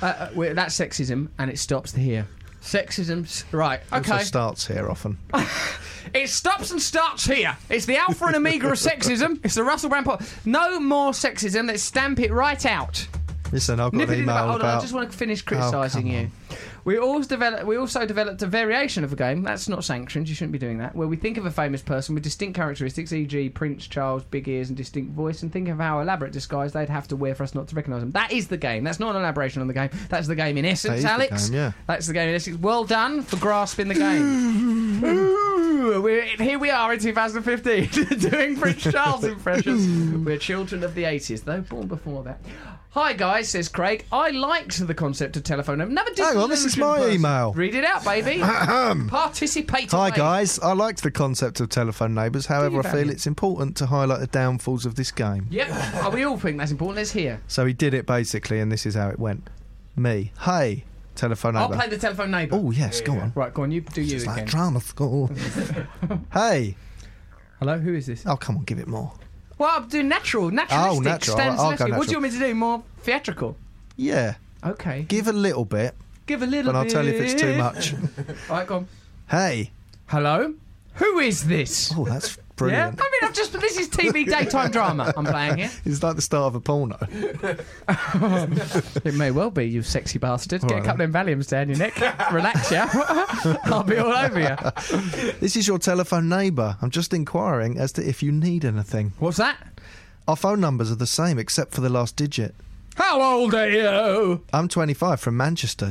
[SPEAKER 1] uh, well, that's sexism, and it stops here. Sexism, s- right?
[SPEAKER 3] It also
[SPEAKER 1] Okay,
[SPEAKER 3] starts here
[SPEAKER 1] *laughs*
[SPEAKER 3] often.
[SPEAKER 1] it stops and starts here. It's the alpha and omega of sexism. It's the Russell Brand pod. No more sexism. Let's stamp it right out.
[SPEAKER 3] Listen, I've got
[SPEAKER 1] Nip it
[SPEAKER 3] an
[SPEAKER 1] in the
[SPEAKER 3] email
[SPEAKER 1] bud. Hold on, I
[SPEAKER 3] about. Oh,
[SPEAKER 1] just want to finish
[SPEAKER 3] come
[SPEAKER 1] criticising you.
[SPEAKER 3] on.
[SPEAKER 1] We also, develop, we also developed a variation of a game, that's not sanctioned, you shouldn't be doing that, where we think of a famous person with distinct characteristics, e.g., Prince Charles, big ears, and distinct voice, and think of how elaborate disguise they'd have to wear for us not to recognise them. That is the game. That's not an elaboration on the game. That's the game in
[SPEAKER 3] That
[SPEAKER 1] essence,
[SPEAKER 3] is the
[SPEAKER 1] Alex.
[SPEAKER 3] game, yeah.
[SPEAKER 1] That's the game in essence. Well done for grasping the game. Ooh, we're, here we are in 2015 *laughs* doing Prince Charles impressions. We're children of the 80s, though born before that. Hi guys, says Craig. I liked the concept of telephone. Another
[SPEAKER 3] Hang on, this is my
[SPEAKER 1] disillusioned
[SPEAKER 3] email.
[SPEAKER 1] Read it out,
[SPEAKER 3] *laughs*
[SPEAKER 1] baby. Participate.
[SPEAKER 3] Hi
[SPEAKER 1] away.
[SPEAKER 3] guys, I liked the concept of telephone neighbours. However, I
[SPEAKER 1] Value.
[SPEAKER 3] feel it's important to highlight the downfalls of this game.
[SPEAKER 1] Yep. Oh, we all think that's important. Let's hear.
[SPEAKER 3] So he did it basically, and this is how it went. Me, hey, telephone
[SPEAKER 1] I'll play
[SPEAKER 3] neighbour.
[SPEAKER 1] the telephone neighbour.
[SPEAKER 3] Oh yes, go on.
[SPEAKER 1] Right, go on. You do you
[SPEAKER 3] It's
[SPEAKER 1] again.
[SPEAKER 3] like
[SPEAKER 1] *laughs*
[SPEAKER 3] drama school. hey,
[SPEAKER 1] Hello, who is this?
[SPEAKER 3] oh come on, give it more.
[SPEAKER 1] Well, I'm doing natural, naturalistic.
[SPEAKER 3] natural.
[SPEAKER 1] Stands
[SPEAKER 3] I'll go
[SPEAKER 1] naturally. What do you
[SPEAKER 3] natural.
[SPEAKER 1] want me to do? More theatrical.
[SPEAKER 3] Yeah,
[SPEAKER 1] Okay.
[SPEAKER 3] give a little bit,
[SPEAKER 1] Give a little.
[SPEAKER 3] but I'll tell you if it's too
[SPEAKER 1] bit.
[SPEAKER 3] much.
[SPEAKER 1] All right, go on.
[SPEAKER 3] Hey,
[SPEAKER 1] Hello. Who is this?
[SPEAKER 3] oh
[SPEAKER 1] *laughs*
[SPEAKER 3] that's
[SPEAKER 1] yeah. I
[SPEAKER 3] brilliant.
[SPEAKER 1] mean, I've just. This is
[SPEAKER 3] *laughs*
[SPEAKER 1] TV daytime drama. I'm playing here.
[SPEAKER 3] It's like the start of a porno.
[SPEAKER 1] It may well be, you sexy bastard. Get
[SPEAKER 3] right
[SPEAKER 1] a couple of Valiums down your neck. Relax, yeah. *laughs* I'll be all over you.
[SPEAKER 3] This is your telephone neighbour. I'm just inquiring as to if you need anything.
[SPEAKER 1] What's that?
[SPEAKER 3] Our phone numbers are the same except for the last digit.
[SPEAKER 1] How old are you?
[SPEAKER 3] I'm 25 from Manchester.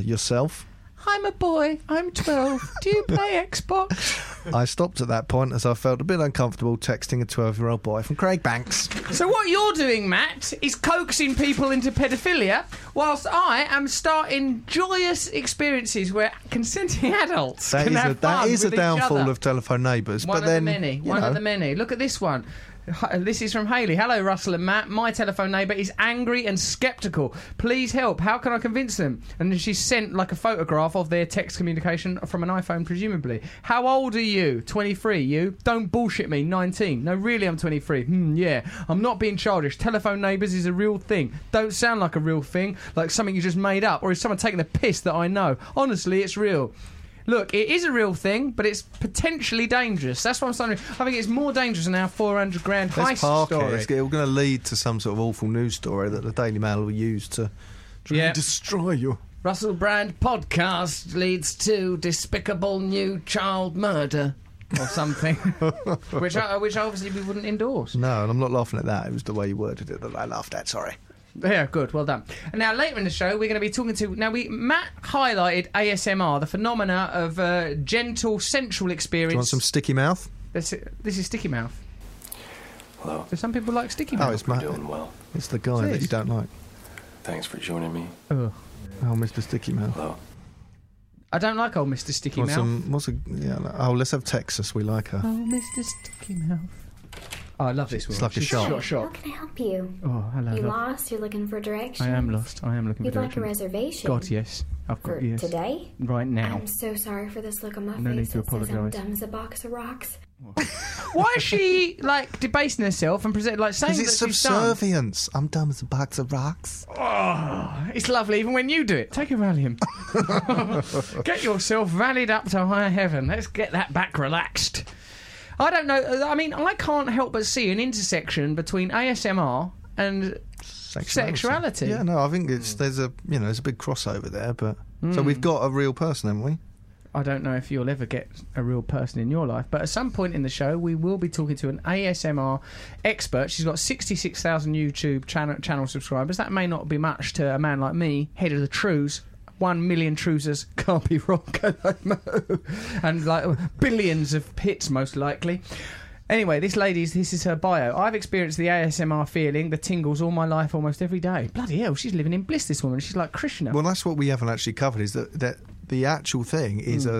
[SPEAKER 1] *laughs*
[SPEAKER 3] Yourself?
[SPEAKER 1] I'm a boy. I'm 12. Do you play Xbox?
[SPEAKER 3] I stopped at that point as I felt a bit uncomfortable texting a 12 year old boy from
[SPEAKER 1] *laughs*
[SPEAKER 3] Craig Banks.
[SPEAKER 1] So, what you're doing, Matt, is coaxing people into pedophilia, whilst I am starting joyous experiences where consenting adults
[SPEAKER 3] That
[SPEAKER 1] can
[SPEAKER 3] is
[SPEAKER 1] have
[SPEAKER 3] a, that
[SPEAKER 1] fun
[SPEAKER 3] is a
[SPEAKER 1] with each
[SPEAKER 3] downfall
[SPEAKER 1] other.
[SPEAKER 3] of telephone neighbours.
[SPEAKER 1] One
[SPEAKER 3] but
[SPEAKER 1] of
[SPEAKER 3] then,
[SPEAKER 1] the many.
[SPEAKER 3] you
[SPEAKER 1] One
[SPEAKER 3] know,
[SPEAKER 1] of the many. Look at this one. Hi- This is from Haley. Hello, Russell and Matt. My telephone neighbour is angry and sceptical. Please help. How can I convince them? And then she sent like a photograph of their text communication from an iPhone, presumably. How old are you? 23. You? Don't bullshit me. 19. No, really, I'm 23. Hmm, yeah. I'm not being childish. Telephone neighbours is a real thing. Don't sound like a real thing, like something you just made up, or is someone taking the piss that I know? Honestly, it's real. Look, it is a real thing, but it's potentially dangerous. That's what I'm saying. I think it's more dangerous than our 400 grand heist
[SPEAKER 3] let's park
[SPEAKER 1] story.
[SPEAKER 3] it. It's going to lead to some sort of awful news story that the Daily Mail will use to try
[SPEAKER 1] Yeah.
[SPEAKER 3] and destroy you.
[SPEAKER 1] Russell Brand podcast leads to despicable new child murder or
[SPEAKER 3] *laughs*
[SPEAKER 1] something, which I, which obviously we wouldn't endorse.
[SPEAKER 3] No, and I'm not laughing at that. It was the way you worded it that I laughed at. Sorry.
[SPEAKER 1] Yeah, good, well done. And now later in the show, we're going to be talking to now we Matt highlighted ASMR, the phenomena of uh, gentle sensual experience.
[SPEAKER 3] Do you want some sticky mouth?
[SPEAKER 1] this, this is sticky mouth.
[SPEAKER 5] Hello.
[SPEAKER 1] Do some people like sticky
[SPEAKER 3] Oh,
[SPEAKER 1] mouth?
[SPEAKER 3] it's
[SPEAKER 5] You're
[SPEAKER 3] Matt.
[SPEAKER 5] doing well.
[SPEAKER 3] It's the guy that you
[SPEAKER 1] Please.
[SPEAKER 3] don't like.
[SPEAKER 5] Thanks for joining me.
[SPEAKER 1] Oh,
[SPEAKER 3] Oh, Mr. Sticky Mouth.
[SPEAKER 5] Hello.
[SPEAKER 1] oh. I don't like old Mr. Sticky Mouth.
[SPEAKER 3] What's, some, what's a, yeah, no- oh, let's have Texas. We like her.
[SPEAKER 1] Oh, Mr. Sticky Mouth. Oh, I love this one.
[SPEAKER 3] It's like a
[SPEAKER 1] She's
[SPEAKER 3] shark.
[SPEAKER 1] got a
[SPEAKER 6] How
[SPEAKER 1] shark.
[SPEAKER 6] can I help you?
[SPEAKER 1] Oh, hello.
[SPEAKER 6] You
[SPEAKER 1] love.
[SPEAKER 6] lost? You're looking for directions?
[SPEAKER 1] I am lost. I am looking
[SPEAKER 6] You'd
[SPEAKER 1] for
[SPEAKER 6] like a
[SPEAKER 1] directions.
[SPEAKER 6] reservation?
[SPEAKER 1] God, yes. I've
[SPEAKER 6] For
[SPEAKER 1] got yes.
[SPEAKER 6] today?
[SPEAKER 1] Right
[SPEAKER 6] *laughs*
[SPEAKER 1] now.
[SPEAKER 6] I'm so sorry for this look on my
[SPEAKER 1] No
[SPEAKER 6] face.
[SPEAKER 1] need to
[SPEAKER 6] that says I'm
[SPEAKER 1] apologise.
[SPEAKER 6] dumb as a box of rocks.
[SPEAKER 1] Why is she like debasing herself and present like saying
[SPEAKER 3] Because
[SPEAKER 1] that
[SPEAKER 3] it's
[SPEAKER 1] she's done?
[SPEAKER 3] subservience. I'm dumb as a box of rocks.
[SPEAKER 1] Oh, it's lovely even when you do it. Take a
[SPEAKER 3] *laughs*
[SPEAKER 1] Valium. get yourself rallied up to higher heaven. Let's get that back relaxed. I don't know. I mean, I can't help but see an intersection between ASMR and Sexuality. Hmm.
[SPEAKER 3] Yeah, no, I think it's there's a you know there's a big crossover there, but so we've got a real person, haven't we?
[SPEAKER 1] I don't know if you'll ever get a real person in your life, but at some point in the show, we will be talking to an ASMR expert. She's got 66,000 YouTube channel, channel subscribers. That may not be much to a man like me, head of the trues. One million truesers *laughs* can't be wrong, can they, Mo? *laughs* and like billions of hits, most likely. Anyway, this lady's this is her bio. I've experienced the ASMR feeling, the tingles, all my life, almost every day. Bloody hell, she's living in bliss. This woman, she's like Krishna.
[SPEAKER 3] Well, that's what we haven't actually covered is that that the actual thing is
[SPEAKER 1] Hmm.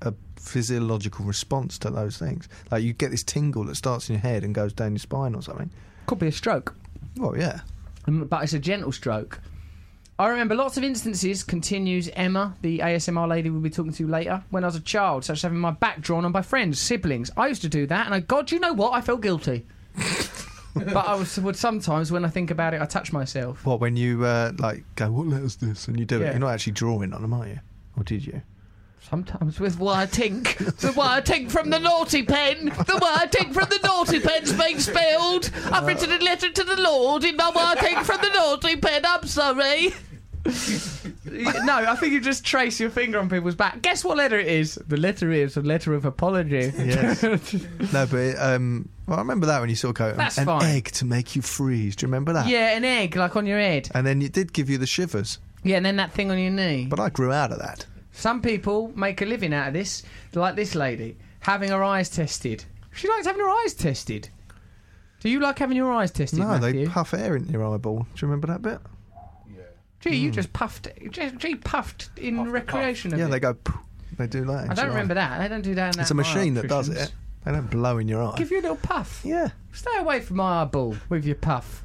[SPEAKER 3] a, a physiological response to those things. Like you get this tingle that starts in your head and goes down your spine or something.
[SPEAKER 1] Could be a stroke.
[SPEAKER 3] Well, yeah.
[SPEAKER 1] Mm, but it's a gentle stroke. I remember lots of instances, continues Emma, the ASMR lady we'll be talking to later, when I was a child, such as having my back drawn on by friends, siblings. I used to do that, and I, God, you know what? I felt guilty. but I was, would sometimes, when I think about it, I touch myself.
[SPEAKER 3] What when you uh, like go, what letter's this? And you do
[SPEAKER 1] Yeah.
[SPEAKER 3] it. You're not actually drawing on them, are you? Or did you?
[SPEAKER 1] Sometimes with wire tink. the wire tink from the naughty pen. The wire tink from the naughty pen's being spilled. I've written a letter to the Lord in my wire tink from the naughty pen. I'm sorry. *laughs* no, I think you just trace your finger on people's back. Guess what letter it is? The letter is a letter of apology.
[SPEAKER 3] Yes. no, but it, um, well, I remember that when you sort of go,
[SPEAKER 1] That's
[SPEAKER 3] an
[SPEAKER 1] fine.
[SPEAKER 3] egg to make you freeze. Do you remember
[SPEAKER 1] *laughs*
[SPEAKER 3] that?
[SPEAKER 1] yeah, an egg, like on your head.
[SPEAKER 3] And then it did give you the shivers,
[SPEAKER 1] Yeah, and then that thing on your knee.
[SPEAKER 3] but I grew out of that.
[SPEAKER 1] Some people make a living out of this, like this lady, having her eyes tested. She likes having her eyes tested. Do you like having your eyes tested?
[SPEAKER 3] no, they
[SPEAKER 1] Matthew?
[SPEAKER 3] puff air into your eyeball. Do you remember that bit?
[SPEAKER 1] Gee, you just puffed. Gee, gee puffed in
[SPEAKER 2] Puff,
[SPEAKER 1] recreation.
[SPEAKER 3] Mm. Yeah,
[SPEAKER 1] of
[SPEAKER 3] they
[SPEAKER 1] it.
[SPEAKER 3] go. Poof. They do that.
[SPEAKER 1] I don't remember that. They don't do that. In
[SPEAKER 3] It's
[SPEAKER 1] that
[SPEAKER 3] a machine
[SPEAKER 1] mile,
[SPEAKER 3] that does
[SPEAKER 1] Christians.
[SPEAKER 3] it. They don't blow in your eye.
[SPEAKER 1] Give you a little puff.
[SPEAKER 3] yeah.
[SPEAKER 1] Stay away from my eyeball with your puff.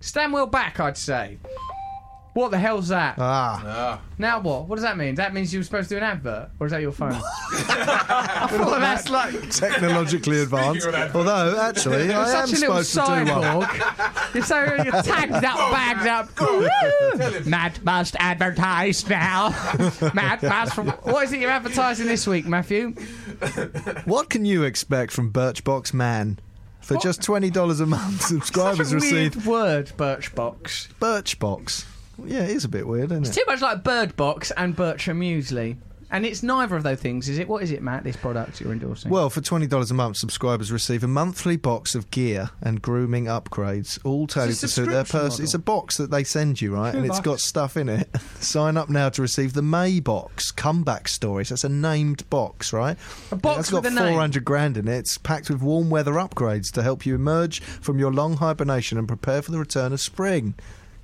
[SPEAKER 1] Stand well back, I'd say. What the hell's that?
[SPEAKER 3] Ah.
[SPEAKER 2] Ah,
[SPEAKER 1] now what? What does that mean? That means you were supposed to do an advert, or is that your phone? I thought that's like
[SPEAKER 3] *laughs* Technologically advanced.
[SPEAKER 2] Speaking of adverts.
[SPEAKER 3] Although, actually,
[SPEAKER 1] you're
[SPEAKER 3] I am
[SPEAKER 1] such a little
[SPEAKER 3] supposed to do one.
[SPEAKER 1] cyborg. *laughs* you're so you're tagged up, bagged
[SPEAKER 2] Tell
[SPEAKER 1] up.
[SPEAKER 2] him.
[SPEAKER 1] Matt must advertise now. *laughs* Matt must. What is it you're advertising this week, Matthew?
[SPEAKER 3] What can you expect from Birchbox Man? For
[SPEAKER 1] What?
[SPEAKER 3] just twenty dollars a month, *laughs* subscribers
[SPEAKER 1] Such a
[SPEAKER 3] receive
[SPEAKER 1] weird word, birch box.
[SPEAKER 3] Birchbox. Yeah, it is a bit weird, isn't
[SPEAKER 1] It's
[SPEAKER 3] it?
[SPEAKER 1] too much like bird box and Bertram muesli, and it's neither of those things, is it? What is it, Matt? This product you're endorsing?
[SPEAKER 3] Well, for twenty dollars a month, subscribers receive a monthly box of gear and grooming upgrades, all tailored to suit
[SPEAKER 1] subscription
[SPEAKER 3] their person.
[SPEAKER 1] model.
[SPEAKER 3] It's a box that they send you, right? and it's
[SPEAKER 1] bucks.
[SPEAKER 3] got stuff in it. *laughs* Sign up now to receive the May box, comeback stories. That's a named box, right?
[SPEAKER 1] A box
[SPEAKER 3] That's got
[SPEAKER 1] with a name.
[SPEAKER 3] four hundred grand in it. It's packed with warm weather upgrades to help you emerge from your long hibernation and prepare for the return of spring.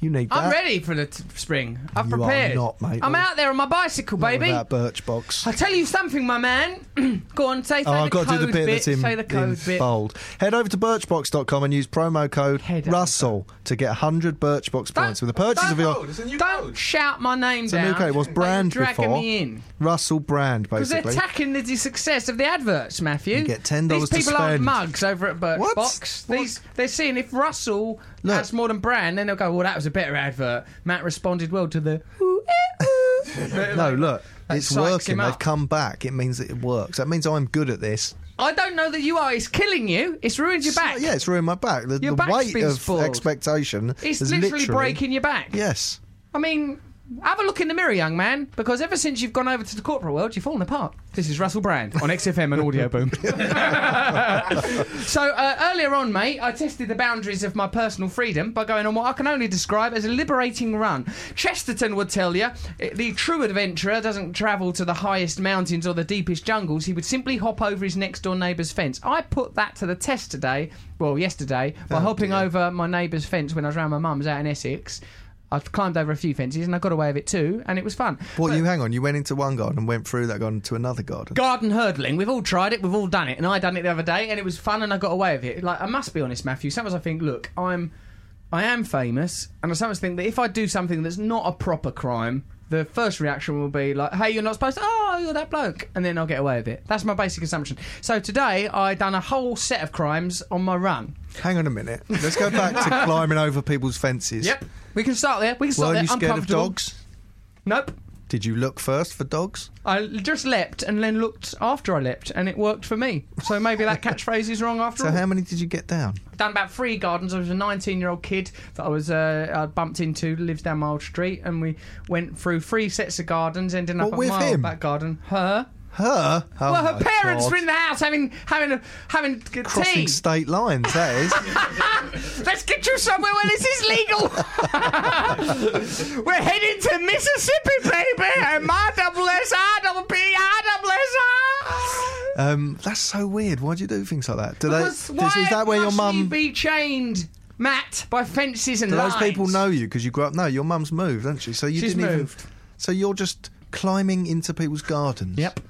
[SPEAKER 3] You need that.
[SPEAKER 1] I'm ready for the t- spring. I've
[SPEAKER 3] You are
[SPEAKER 1] prepared.
[SPEAKER 3] not, mate.
[SPEAKER 1] I'm out there on my bicycle,
[SPEAKER 3] Not with
[SPEAKER 1] baby.
[SPEAKER 3] That birch box.
[SPEAKER 1] I tell you something, my man. *clears throat* Go on, say, say
[SPEAKER 3] Oh,
[SPEAKER 1] the
[SPEAKER 3] I've got to
[SPEAKER 1] code
[SPEAKER 3] do the bit, that's in,
[SPEAKER 1] say the code
[SPEAKER 3] in
[SPEAKER 1] bit.
[SPEAKER 3] bold. Head over to birchbox.com and use promo code
[SPEAKER 1] Head over.
[SPEAKER 3] Russell to get 100 Birchbox points with the purchase of
[SPEAKER 2] oh,
[SPEAKER 3] your
[SPEAKER 2] there's a new
[SPEAKER 1] Don't
[SPEAKER 2] code.
[SPEAKER 1] shout my name
[SPEAKER 3] a new
[SPEAKER 1] down.
[SPEAKER 3] code. What's
[SPEAKER 1] They're
[SPEAKER 3] brand
[SPEAKER 1] dragging
[SPEAKER 3] before?
[SPEAKER 1] me in.
[SPEAKER 3] Russell brand,
[SPEAKER 1] Because they're
[SPEAKER 3] basically.
[SPEAKER 1] attacking the de- success of the adverts, Matthew.
[SPEAKER 3] You get $10
[SPEAKER 1] These
[SPEAKER 3] to
[SPEAKER 1] people aren't
[SPEAKER 3] spend.
[SPEAKER 1] mugs over at Birchbox.
[SPEAKER 3] What?
[SPEAKER 1] These they're seeing if Russell
[SPEAKER 3] Look.
[SPEAKER 1] has more than brand, then they'll go, "Well, that was a better advert." Matt responded well to the. "Ooh, eh, ooh." They're
[SPEAKER 3] No,
[SPEAKER 1] like-
[SPEAKER 3] look,
[SPEAKER 1] That
[SPEAKER 3] it's
[SPEAKER 1] psychs
[SPEAKER 3] working.
[SPEAKER 1] him
[SPEAKER 3] They've
[SPEAKER 1] up.
[SPEAKER 3] come back. It means that it works. That means I'm good at this.
[SPEAKER 1] I don't know that you are. It's killing you. It's ruined your
[SPEAKER 3] It's
[SPEAKER 1] back.
[SPEAKER 3] not- yeah, it's ruined my back. The,
[SPEAKER 1] Your
[SPEAKER 3] the
[SPEAKER 1] back's
[SPEAKER 3] weight
[SPEAKER 1] been
[SPEAKER 3] of
[SPEAKER 1] spoiled.
[SPEAKER 3] expectation
[SPEAKER 1] It's
[SPEAKER 3] is
[SPEAKER 1] literally, breaking your back.
[SPEAKER 3] Yes.
[SPEAKER 1] I mean, have a look in the mirror, young man, because ever since you've gone over to the corporate world, you've fallen apart. This is Russell Brand on XFM and Audio
[SPEAKER 3] *laughs*
[SPEAKER 1] Boom. so uh, earlier on, mate, I tested the boundaries of my personal freedom by going on what I can only describe as a liberating run. Chesterton would tell you eh, the true adventurer doesn't travel to the highest mountains or the deepest jungles. He would simply hop over his next door neighbour's fence. I put that to the test today, well, yesterday, by hopping over my neighbour's fence when I was round my mum's out in Essex. I've climbed over a few fences and I got away with it too, and it was fun.
[SPEAKER 3] What
[SPEAKER 1] But-
[SPEAKER 3] you hang on? You went into one garden and went through that garden to another garden.
[SPEAKER 1] garden hurdling. We've all tried it. We've all done it, and I done it the other day, and it was fun, and I got away with it. Like I must be honest, Matthew. Sometimes I think, look, I'm, I am famous, and I sometimes think that if I do something that's not a proper crime, the first reaction will be like, hey, you're not supposed to. Oh, you're that bloke, and then I'll get away with it. That's my basic assumption. So today I done a whole set of crimes on my run.
[SPEAKER 3] Hang on a minute. Let's go back
[SPEAKER 1] *laughs*
[SPEAKER 3] to climbing over people's fences.
[SPEAKER 1] we can start there. We can start
[SPEAKER 3] Were
[SPEAKER 1] there.
[SPEAKER 3] you
[SPEAKER 1] I'm
[SPEAKER 3] scared of
[SPEAKER 1] comfortable.
[SPEAKER 3] dogs?
[SPEAKER 1] Nope.
[SPEAKER 3] Did you look first for dogs?
[SPEAKER 1] I just leapt and then looked after I leapt, and it worked for me. So maybe
[SPEAKER 3] *laughs*
[SPEAKER 1] that catchphrase is wrong after
[SPEAKER 3] So
[SPEAKER 1] all.
[SPEAKER 3] how many did you get down?
[SPEAKER 1] done about three gardens. I was a 19 year old kid that I was uh, I bumped into lives down my old street, and we went through three sets of gardens, ending up
[SPEAKER 3] What,
[SPEAKER 1] at
[SPEAKER 3] with
[SPEAKER 1] my
[SPEAKER 3] him?
[SPEAKER 1] old back garden. Her,
[SPEAKER 3] Her? Oh
[SPEAKER 1] well, her
[SPEAKER 3] my
[SPEAKER 1] parents
[SPEAKER 3] God.
[SPEAKER 1] were in the house having having a, having g-
[SPEAKER 3] crossing
[SPEAKER 1] tea.
[SPEAKER 3] state lines. That
[SPEAKER 1] *laughs*
[SPEAKER 3] is.
[SPEAKER 1] Let's get you somewhere where this is
[SPEAKER 3] *laughs*
[SPEAKER 1] legal. we're heading to Mississippi, baby, and my double S R double P I double S R.
[SPEAKER 3] um, that's so weird. Why do you do things like that? Do they?
[SPEAKER 1] Because
[SPEAKER 3] Does,
[SPEAKER 1] why
[SPEAKER 3] is that where your
[SPEAKER 1] must we
[SPEAKER 3] mum?
[SPEAKER 1] be chained, Matt, by fences and
[SPEAKER 3] Do those
[SPEAKER 1] lines?
[SPEAKER 3] people know you because you grew up? No, your mum's moved, hasn't she? So you
[SPEAKER 1] She's
[SPEAKER 3] didn't
[SPEAKER 1] moved.
[SPEAKER 3] even. So you're just climbing into people's gardens.
[SPEAKER 1] Yep.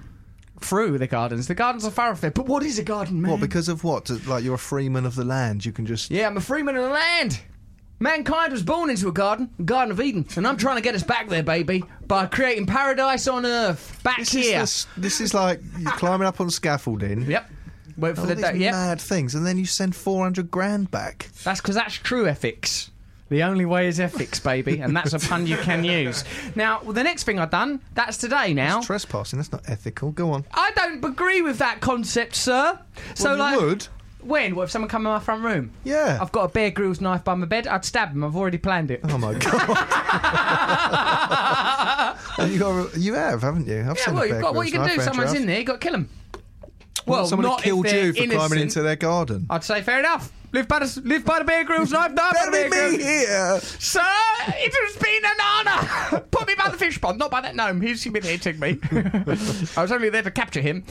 [SPEAKER 1] Through the gardens. The gardens are thoroughfare. But what is a garden, man?
[SPEAKER 3] What? Because of what? Does- Like you're a freeman of the land. You can just.
[SPEAKER 1] yeah, I'm a freeman of the land. Mankind was born into a garden, the Garden of Eden, and I'm trying to get us back there, baby, by creating paradise on earth, back
[SPEAKER 3] This
[SPEAKER 1] here.
[SPEAKER 3] is the, this is like you're climbing up on scaffolding.
[SPEAKER 1] Yep. Wait for
[SPEAKER 3] All
[SPEAKER 1] the
[SPEAKER 3] these
[SPEAKER 1] day. Yep.
[SPEAKER 3] Oh, mad things, and then you send four hundred grand back.
[SPEAKER 1] That's because that's true ethics. The only way is ethics, baby, and that's a pun you can use. Now, the next thing I've done, that's today now.
[SPEAKER 3] Trespassing. That's not ethical. Go on.
[SPEAKER 1] I don't agree with that concept, sir. So,
[SPEAKER 3] Well, you
[SPEAKER 1] like,
[SPEAKER 3] would.
[SPEAKER 1] when? What if someone come in my front room?
[SPEAKER 3] Yeah.
[SPEAKER 1] I've got a Bear Grylls knife by my bed. I'd stab him. I've already planned it.
[SPEAKER 3] Oh my
[SPEAKER 1] *laughs*
[SPEAKER 3] god! you, got, you have, haven't you? I've
[SPEAKER 1] yeah,
[SPEAKER 3] seen
[SPEAKER 1] well,
[SPEAKER 3] the Bear
[SPEAKER 1] you've got what you can
[SPEAKER 3] Grylls
[SPEAKER 1] do.
[SPEAKER 3] knife
[SPEAKER 1] Someone's
[SPEAKER 3] round your
[SPEAKER 1] in
[SPEAKER 3] house.
[SPEAKER 1] there. You've got to kill him.
[SPEAKER 3] Well,
[SPEAKER 1] Well,
[SPEAKER 3] someone
[SPEAKER 1] not if
[SPEAKER 3] killed
[SPEAKER 1] they're
[SPEAKER 3] you for climbing
[SPEAKER 1] innocent.
[SPEAKER 3] into their garden.
[SPEAKER 1] I'd say fair enough. Live by the live by the Bear Grylls knife. Die by the Bear
[SPEAKER 3] Bury me
[SPEAKER 1] Grylls.
[SPEAKER 3] here.
[SPEAKER 1] Sir, it has been an honour. *laughs* Put me by the fish pond, not by that gnome. He's humiliating me. *laughs* I was only there to capture him.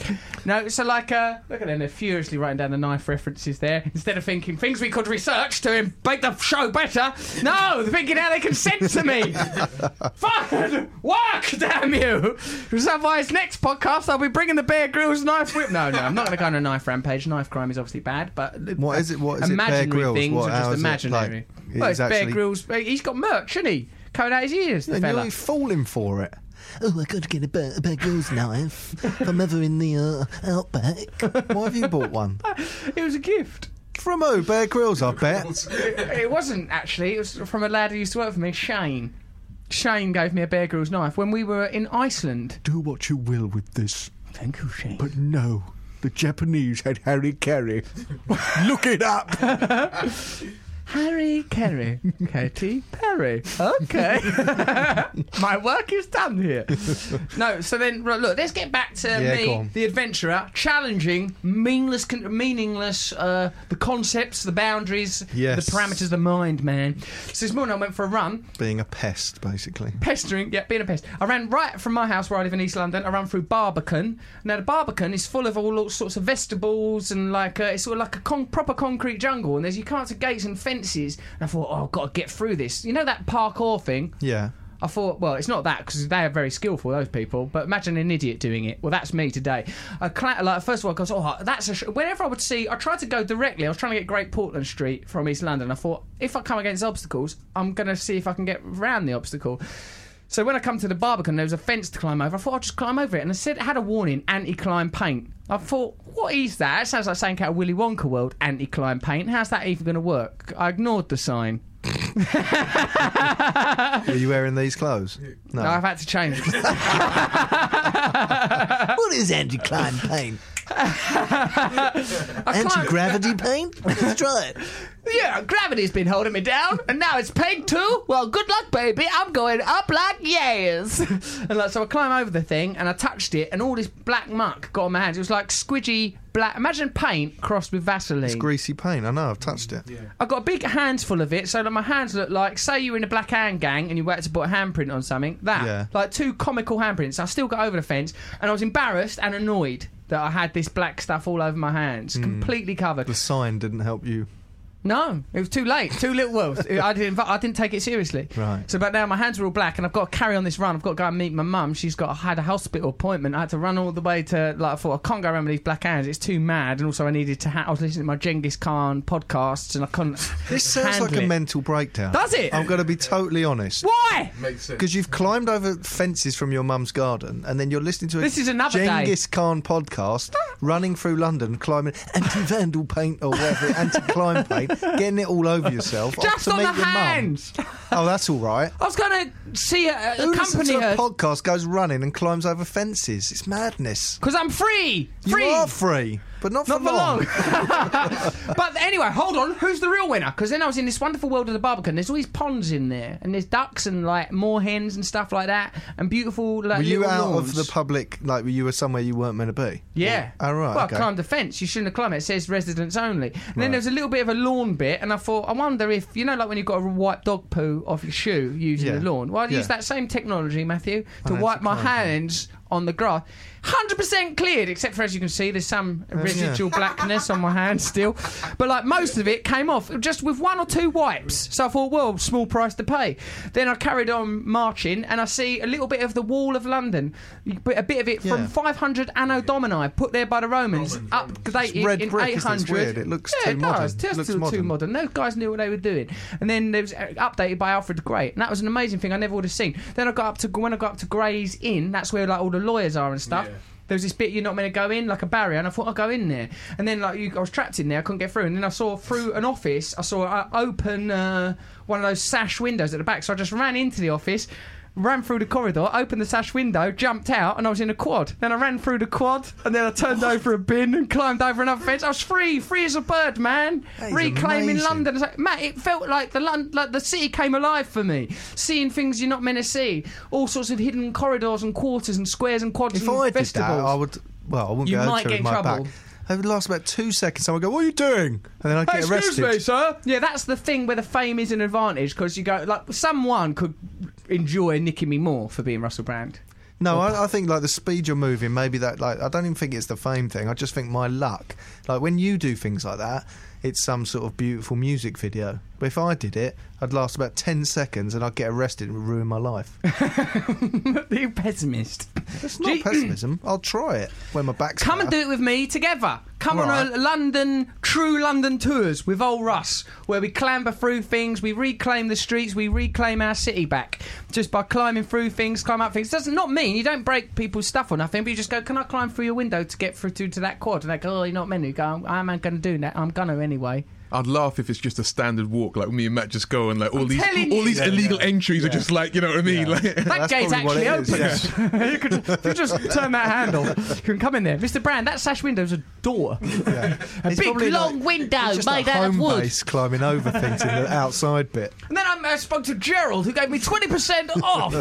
[SPEAKER 1] No, so like, uh, look at them. They're furiously writing down the knife references there. Instead of thinking things we could research to make the show better, no, they're thinking how they can censor me.
[SPEAKER 3] *laughs*
[SPEAKER 1] Fucking work, damn you. So by his next podcast, I'll be bringing the Bear Grylls knife whip. No, no, I'm not going to go on a knife rampage. Knife crime is obviously bad, but
[SPEAKER 3] What is it? What is it? Bear
[SPEAKER 1] imaginary
[SPEAKER 3] Grylls?
[SPEAKER 1] things
[SPEAKER 3] What-
[SPEAKER 1] are
[SPEAKER 3] how
[SPEAKER 1] just
[SPEAKER 3] is it?
[SPEAKER 1] imaginary.
[SPEAKER 3] Like,
[SPEAKER 1] well, it's
[SPEAKER 3] it's actually-
[SPEAKER 1] Bear Grylls. He's got merch, hasn't he? Coming out his ears, the
[SPEAKER 3] And
[SPEAKER 1] fella.
[SPEAKER 3] you're falling for it.
[SPEAKER 7] Oh, I gotta get a Bear, a Bear Grylls knife if I'm ever in the uh, outback.
[SPEAKER 3] Why have you bought one?
[SPEAKER 1] It was a gift.
[SPEAKER 3] From who? Bear Grylls, I bet.
[SPEAKER 1] It wasn't actually. It was from a lad who used to work for me, Shane. Shane gave me a Bear Grylls knife when we were in Iceland.
[SPEAKER 7] Do what you will with this,
[SPEAKER 1] Thank you, Shane.
[SPEAKER 7] but no, the Japanese had Harry Carey.
[SPEAKER 1] *laughs*
[SPEAKER 7] Look it up.
[SPEAKER 1] Harry
[SPEAKER 3] *laughs*
[SPEAKER 1] Kerry, Katy Perry. Okay, my work is done here. No, so then right, look, let's get back to
[SPEAKER 3] Yeah, go
[SPEAKER 1] me,
[SPEAKER 3] on.
[SPEAKER 1] the adventurer, challenging meaningless, con- meaningless, uh, the concepts, the boundaries,
[SPEAKER 3] Yes.
[SPEAKER 1] the parameters of the mind, man. So this morning I went for a run,
[SPEAKER 3] Being a pest, basically.
[SPEAKER 1] *laughs* pestering, yeah, being a pest. I ran right from my house where I live in East London. I ran through Barbican. Now the Barbican is full of all sorts of vegetables and like uh, it's sort of like a con- proper concrete jungle. And there's you can't see gates and fences. And I thought, oh, I've got to get through this. You know that parkour thing.
[SPEAKER 3] Yeah.
[SPEAKER 1] I thought, well, it's not that because they are very skillful, those people. But imagine an idiot doing it. Well, that's me today. I cla like first of all, I goes, oh, that's a. Sh-. Whenever I would see, I tried to go directly. I was trying to get Great Portland Street from East London. I thought, if I come against obstacles, I'm going to see if I can get round the obstacle. So when I come to the Barbican, there was a fence to climb over. I thought I'd just climb over it, and I said it had a warning: anti-climb paint. I thought, what is that? That sounds like saying out of Willy Wonka world, anti-climb paint. How's that even going to work? I ignored the sign.
[SPEAKER 3] Were you wearing these clothes? No.
[SPEAKER 1] I've had to change.
[SPEAKER 7] What is anti climb *laughs* paint?
[SPEAKER 1] I
[SPEAKER 7] Anti
[SPEAKER 1] climbed-
[SPEAKER 3] *laughs*
[SPEAKER 7] gravity paint? Let's try it.
[SPEAKER 1] Yeah, gravity's been holding me down, and now it's pain too. Well, good luck, baby. I'm going up like yes. *laughs* and like, so I climb over the thing, and I touched it, and all this black muck got on my hands. It was like squidgy black. Imagine paint crossed with Vaseline.
[SPEAKER 3] Greasy paint. I know. I've touched it.
[SPEAKER 1] I got a big handful of it, so that my hands look like, say you're in a black hand gang and you were to put a handprint on something, that.
[SPEAKER 3] Yeah.
[SPEAKER 1] Like two comical handprints. I still got over the fence, and I was embarrassed and annoyed that I had this black stuff all over my hands, completely covered.
[SPEAKER 3] The sign didn't help you.
[SPEAKER 1] No, it was too late. Too little. Well, I didn't. I didn't take it seriously.
[SPEAKER 7] Right.
[SPEAKER 1] So, but now my hands are all black, and I've got to carry on this run. I've got to go and meet my mum. She's got had a hospital appointment. I had to run all the way to. Like, I thought I can't go around with these black hands. It's too mad. And also, I needed to. Ha- I was listening to my Genghis Khan podcasts, and I couldn't.
[SPEAKER 7] *laughs* This sounds
[SPEAKER 1] handle
[SPEAKER 7] like a Oh.
[SPEAKER 1] it.
[SPEAKER 7] mental breakdown.
[SPEAKER 1] Does it?
[SPEAKER 7] I'm going to be totally honest.
[SPEAKER 1] Why?
[SPEAKER 2] Makes sense.
[SPEAKER 7] Because you've climbed over fences from your mum's garden, and then you're listening to a
[SPEAKER 1] This is another day.
[SPEAKER 7] Genghis Khan podcast,
[SPEAKER 1] *laughs*
[SPEAKER 7] running through London, climbing anti-vandal paint or whatever, anti-climb paint, getting it all over yourself. off
[SPEAKER 1] Just
[SPEAKER 7] to
[SPEAKER 1] on
[SPEAKER 7] meet
[SPEAKER 1] the
[SPEAKER 7] your mum.
[SPEAKER 1] hands.
[SPEAKER 7] Oh, that's all right.
[SPEAKER 1] I was going to see her,
[SPEAKER 7] Who listens
[SPEAKER 1] accompany
[SPEAKER 7] to
[SPEAKER 1] her
[SPEAKER 7] a podcast goes running and climbs over fences? It's madness.
[SPEAKER 1] because I'm free. Free.
[SPEAKER 7] You are free, but not,
[SPEAKER 1] Not for
[SPEAKER 7] for
[SPEAKER 1] long.
[SPEAKER 7] *laughs*
[SPEAKER 1] but anyway, hold on. Who's the real winner? Because then I was in this wonderful world of the Barbican. There's all these ponds in there, and there's ducks and like more hens and stuff like that, and beautiful. Like,
[SPEAKER 7] Were you
[SPEAKER 1] little
[SPEAKER 7] out
[SPEAKER 1] lawns.
[SPEAKER 7] of the public? Like, were you were somewhere you weren't meant to be?
[SPEAKER 1] Yeah.
[SPEAKER 7] Oh, right,
[SPEAKER 1] Well,
[SPEAKER 7] okay.
[SPEAKER 1] I climbed the fence. You shouldn't have climbed it. It says residents only. And
[SPEAKER 7] Right.
[SPEAKER 1] then there was a little bit of a lawn bit, and I thought, I wonder if, you know, like when you've got to wipe dog poo off your shoe using
[SPEAKER 7] Yeah.
[SPEAKER 1] the lawn. Well, I'd
[SPEAKER 7] Yeah.
[SPEAKER 1] use that same technology, Matthew, to
[SPEAKER 7] And
[SPEAKER 1] wipe my
[SPEAKER 7] anti-climb thing.
[SPEAKER 1] hands on the grass. 100% cleared, except for, as you can see, there's some
[SPEAKER 7] Oh,
[SPEAKER 1] residual blackness on my hands still. But, like, most of it came off just with one or two wipes. So I thought, well, small price to pay. Then I carried on marching, and I see a little bit of the wall of London, but a bit of it
[SPEAKER 7] Yeah.
[SPEAKER 1] from 500 Anno Domini, put there by the Romans,
[SPEAKER 2] Roman, Roman.
[SPEAKER 1] updated
[SPEAKER 7] It's red
[SPEAKER 1] in
[SPEAKER 7] brick,
[SPEAKER 1] 800.
[SPEAKER 7] isn't it? It's weird. It looks
[SPEAKER 1] yeah,
[SPEAKER 7] too
[SPEAKER 1] it does.
[SPEAKER 7] modern.
[SPEAKER 1] It does
[SPEAKER 7] It looks
[SPEAKER 1] feel too
[SPEAKER 7] modern.
[SPEAKER 1] modern. Those guys knew what they were doing. And then it was uh, updated by Alfred the Great, and that was an amazing thing I never would have seen. Then I got up to when I got up to Gray's Inn, that's where like all the lawyers are and stuff.
[SPEAKER 2] Yeah.
[SPEAKER 1] There was this bit you're not meant to go in, like a barrier, and I thought I'll go in there. And then like you, I was trapped in there, I couldn't get through. And then I saw through an office, I saw an open uh, one of those sash windows at the back. So I just ran into the office. Ran through the corridor, opened the sash window, jumped out, and I was in a quad. Then I ran through the quad, and then I turned *laughs* over a bin and climbed over another fence. I was free, free as a bird, man.
[SPEAKER 7] That is
[SPEAKER 1] Reclaiming
[SPEAKER 7] amazing.
[SPEAKER 1] London. It's like, Matt, it felt like the Lon- like the city came alive for me. Seeing things you're not meant to see, all sorts of hidden corridors and quarters and squares and quads
[SPEAKER 7] If
[SPEAKER 1] and
[SPEAKER 7] I did that,
[SPEAKER 1] festivals.
[SPEAKER 7] I would. Well, I wouldn't
[SPEAKER 1] You
[SPEAKER 7] go
[SPEAKER 1] might
[SPEAKER 7] to
[SPEAKER 1] get in
[SPEAKER 7] with my
[SPEAKER 1] trouble.
[SPEAKER 7] back. It would last about two seconds. Someone would go, "What are you doing?" And then I get arrested.
[SPEAKER 1] sir. Yeah, that's the thing where the fame is an advantage because you go like someone could enjoy nicking me more for being Russell Brand. *laughs*
[SPEAKER 7] No, I, I think like the speed you're moving, maybe that like I don't even think it's the fame thing. I just think my luck. Like when you do things like that, it's some sort of beautiful music video. But if I did it, I'd last about ten seconds and I'd get arrested and ruin
[SPEAKER 1] *laughs*
[SPEAKER 7] my life.
[SPEAKER 1] you pessimist.
[SPEAKER 7] That's not pessimism. I'll try it when my back's.
[SPEAKER 1] Come and do it with me together. Come on
[SPEAKER 7] Right.
[SPEAKER 1] a London, true London tours with old Russ, where we clamber through things, we reclaim the streets, we reclaim our city back just by climbing through things, climb up things. Doesn't not mean you don't break people's stuff or nothing, but you just go, "Can I climb through your window to get through to, to that quad?" And they go, "Oh, you're not meant to." You go, "I'm not going to do that. I'm gonna
[SPEAKER 7] *laughs*
[SPEAKER 1] anyway."
[SPEAKER 2] I'd laugh if it's just a standard walk, like me and Matt just go and like all these
[SPEAKER 1] telling
[SPEAKER 2] all
[SPEAKER 1] you.
[SPEAKER 2] these
[SPEAKER 1] Yeah,
[SPEAKER 2] illegal entries are just like you know what I mean. Like,
[SPEAKER 1] That
[SPEAKER 7] That's
[SPEAKER 1] gate's
[SPEAKER 7] probably what
[SPEAKER 1] actually
[SPEAKER 7] it is,
[SPEAKER 1] open. *laughs* you could if you just turn that handle. You can come in there, Mr. Brand. That sash window's a door. *laughs* A
[SPEAKER 7] It's
[SPEAKER 1] big
[SPEAKER 7] probably
[SPEAKER 1] long
[SPEAKER 7] like-
[SPEAKER 1] window
[SPEAKER 7] Just
[SPEAKER 1] made
[SPEAKER 7] a
[SPEAKER 1] out of
[SPEAKER 7] home
[SPEAKER 1] Oh, wood.
[SPEAKER 7] base climbing over things
[SPEAKER 1] *laughs*
[SPEAKER 7] in the outside bit.
[SPEAKER 1] And then I uh, spoke to Gerald, who gave me 20%
[SPEAKER 7] *laughs*
[SPEAKER 1] off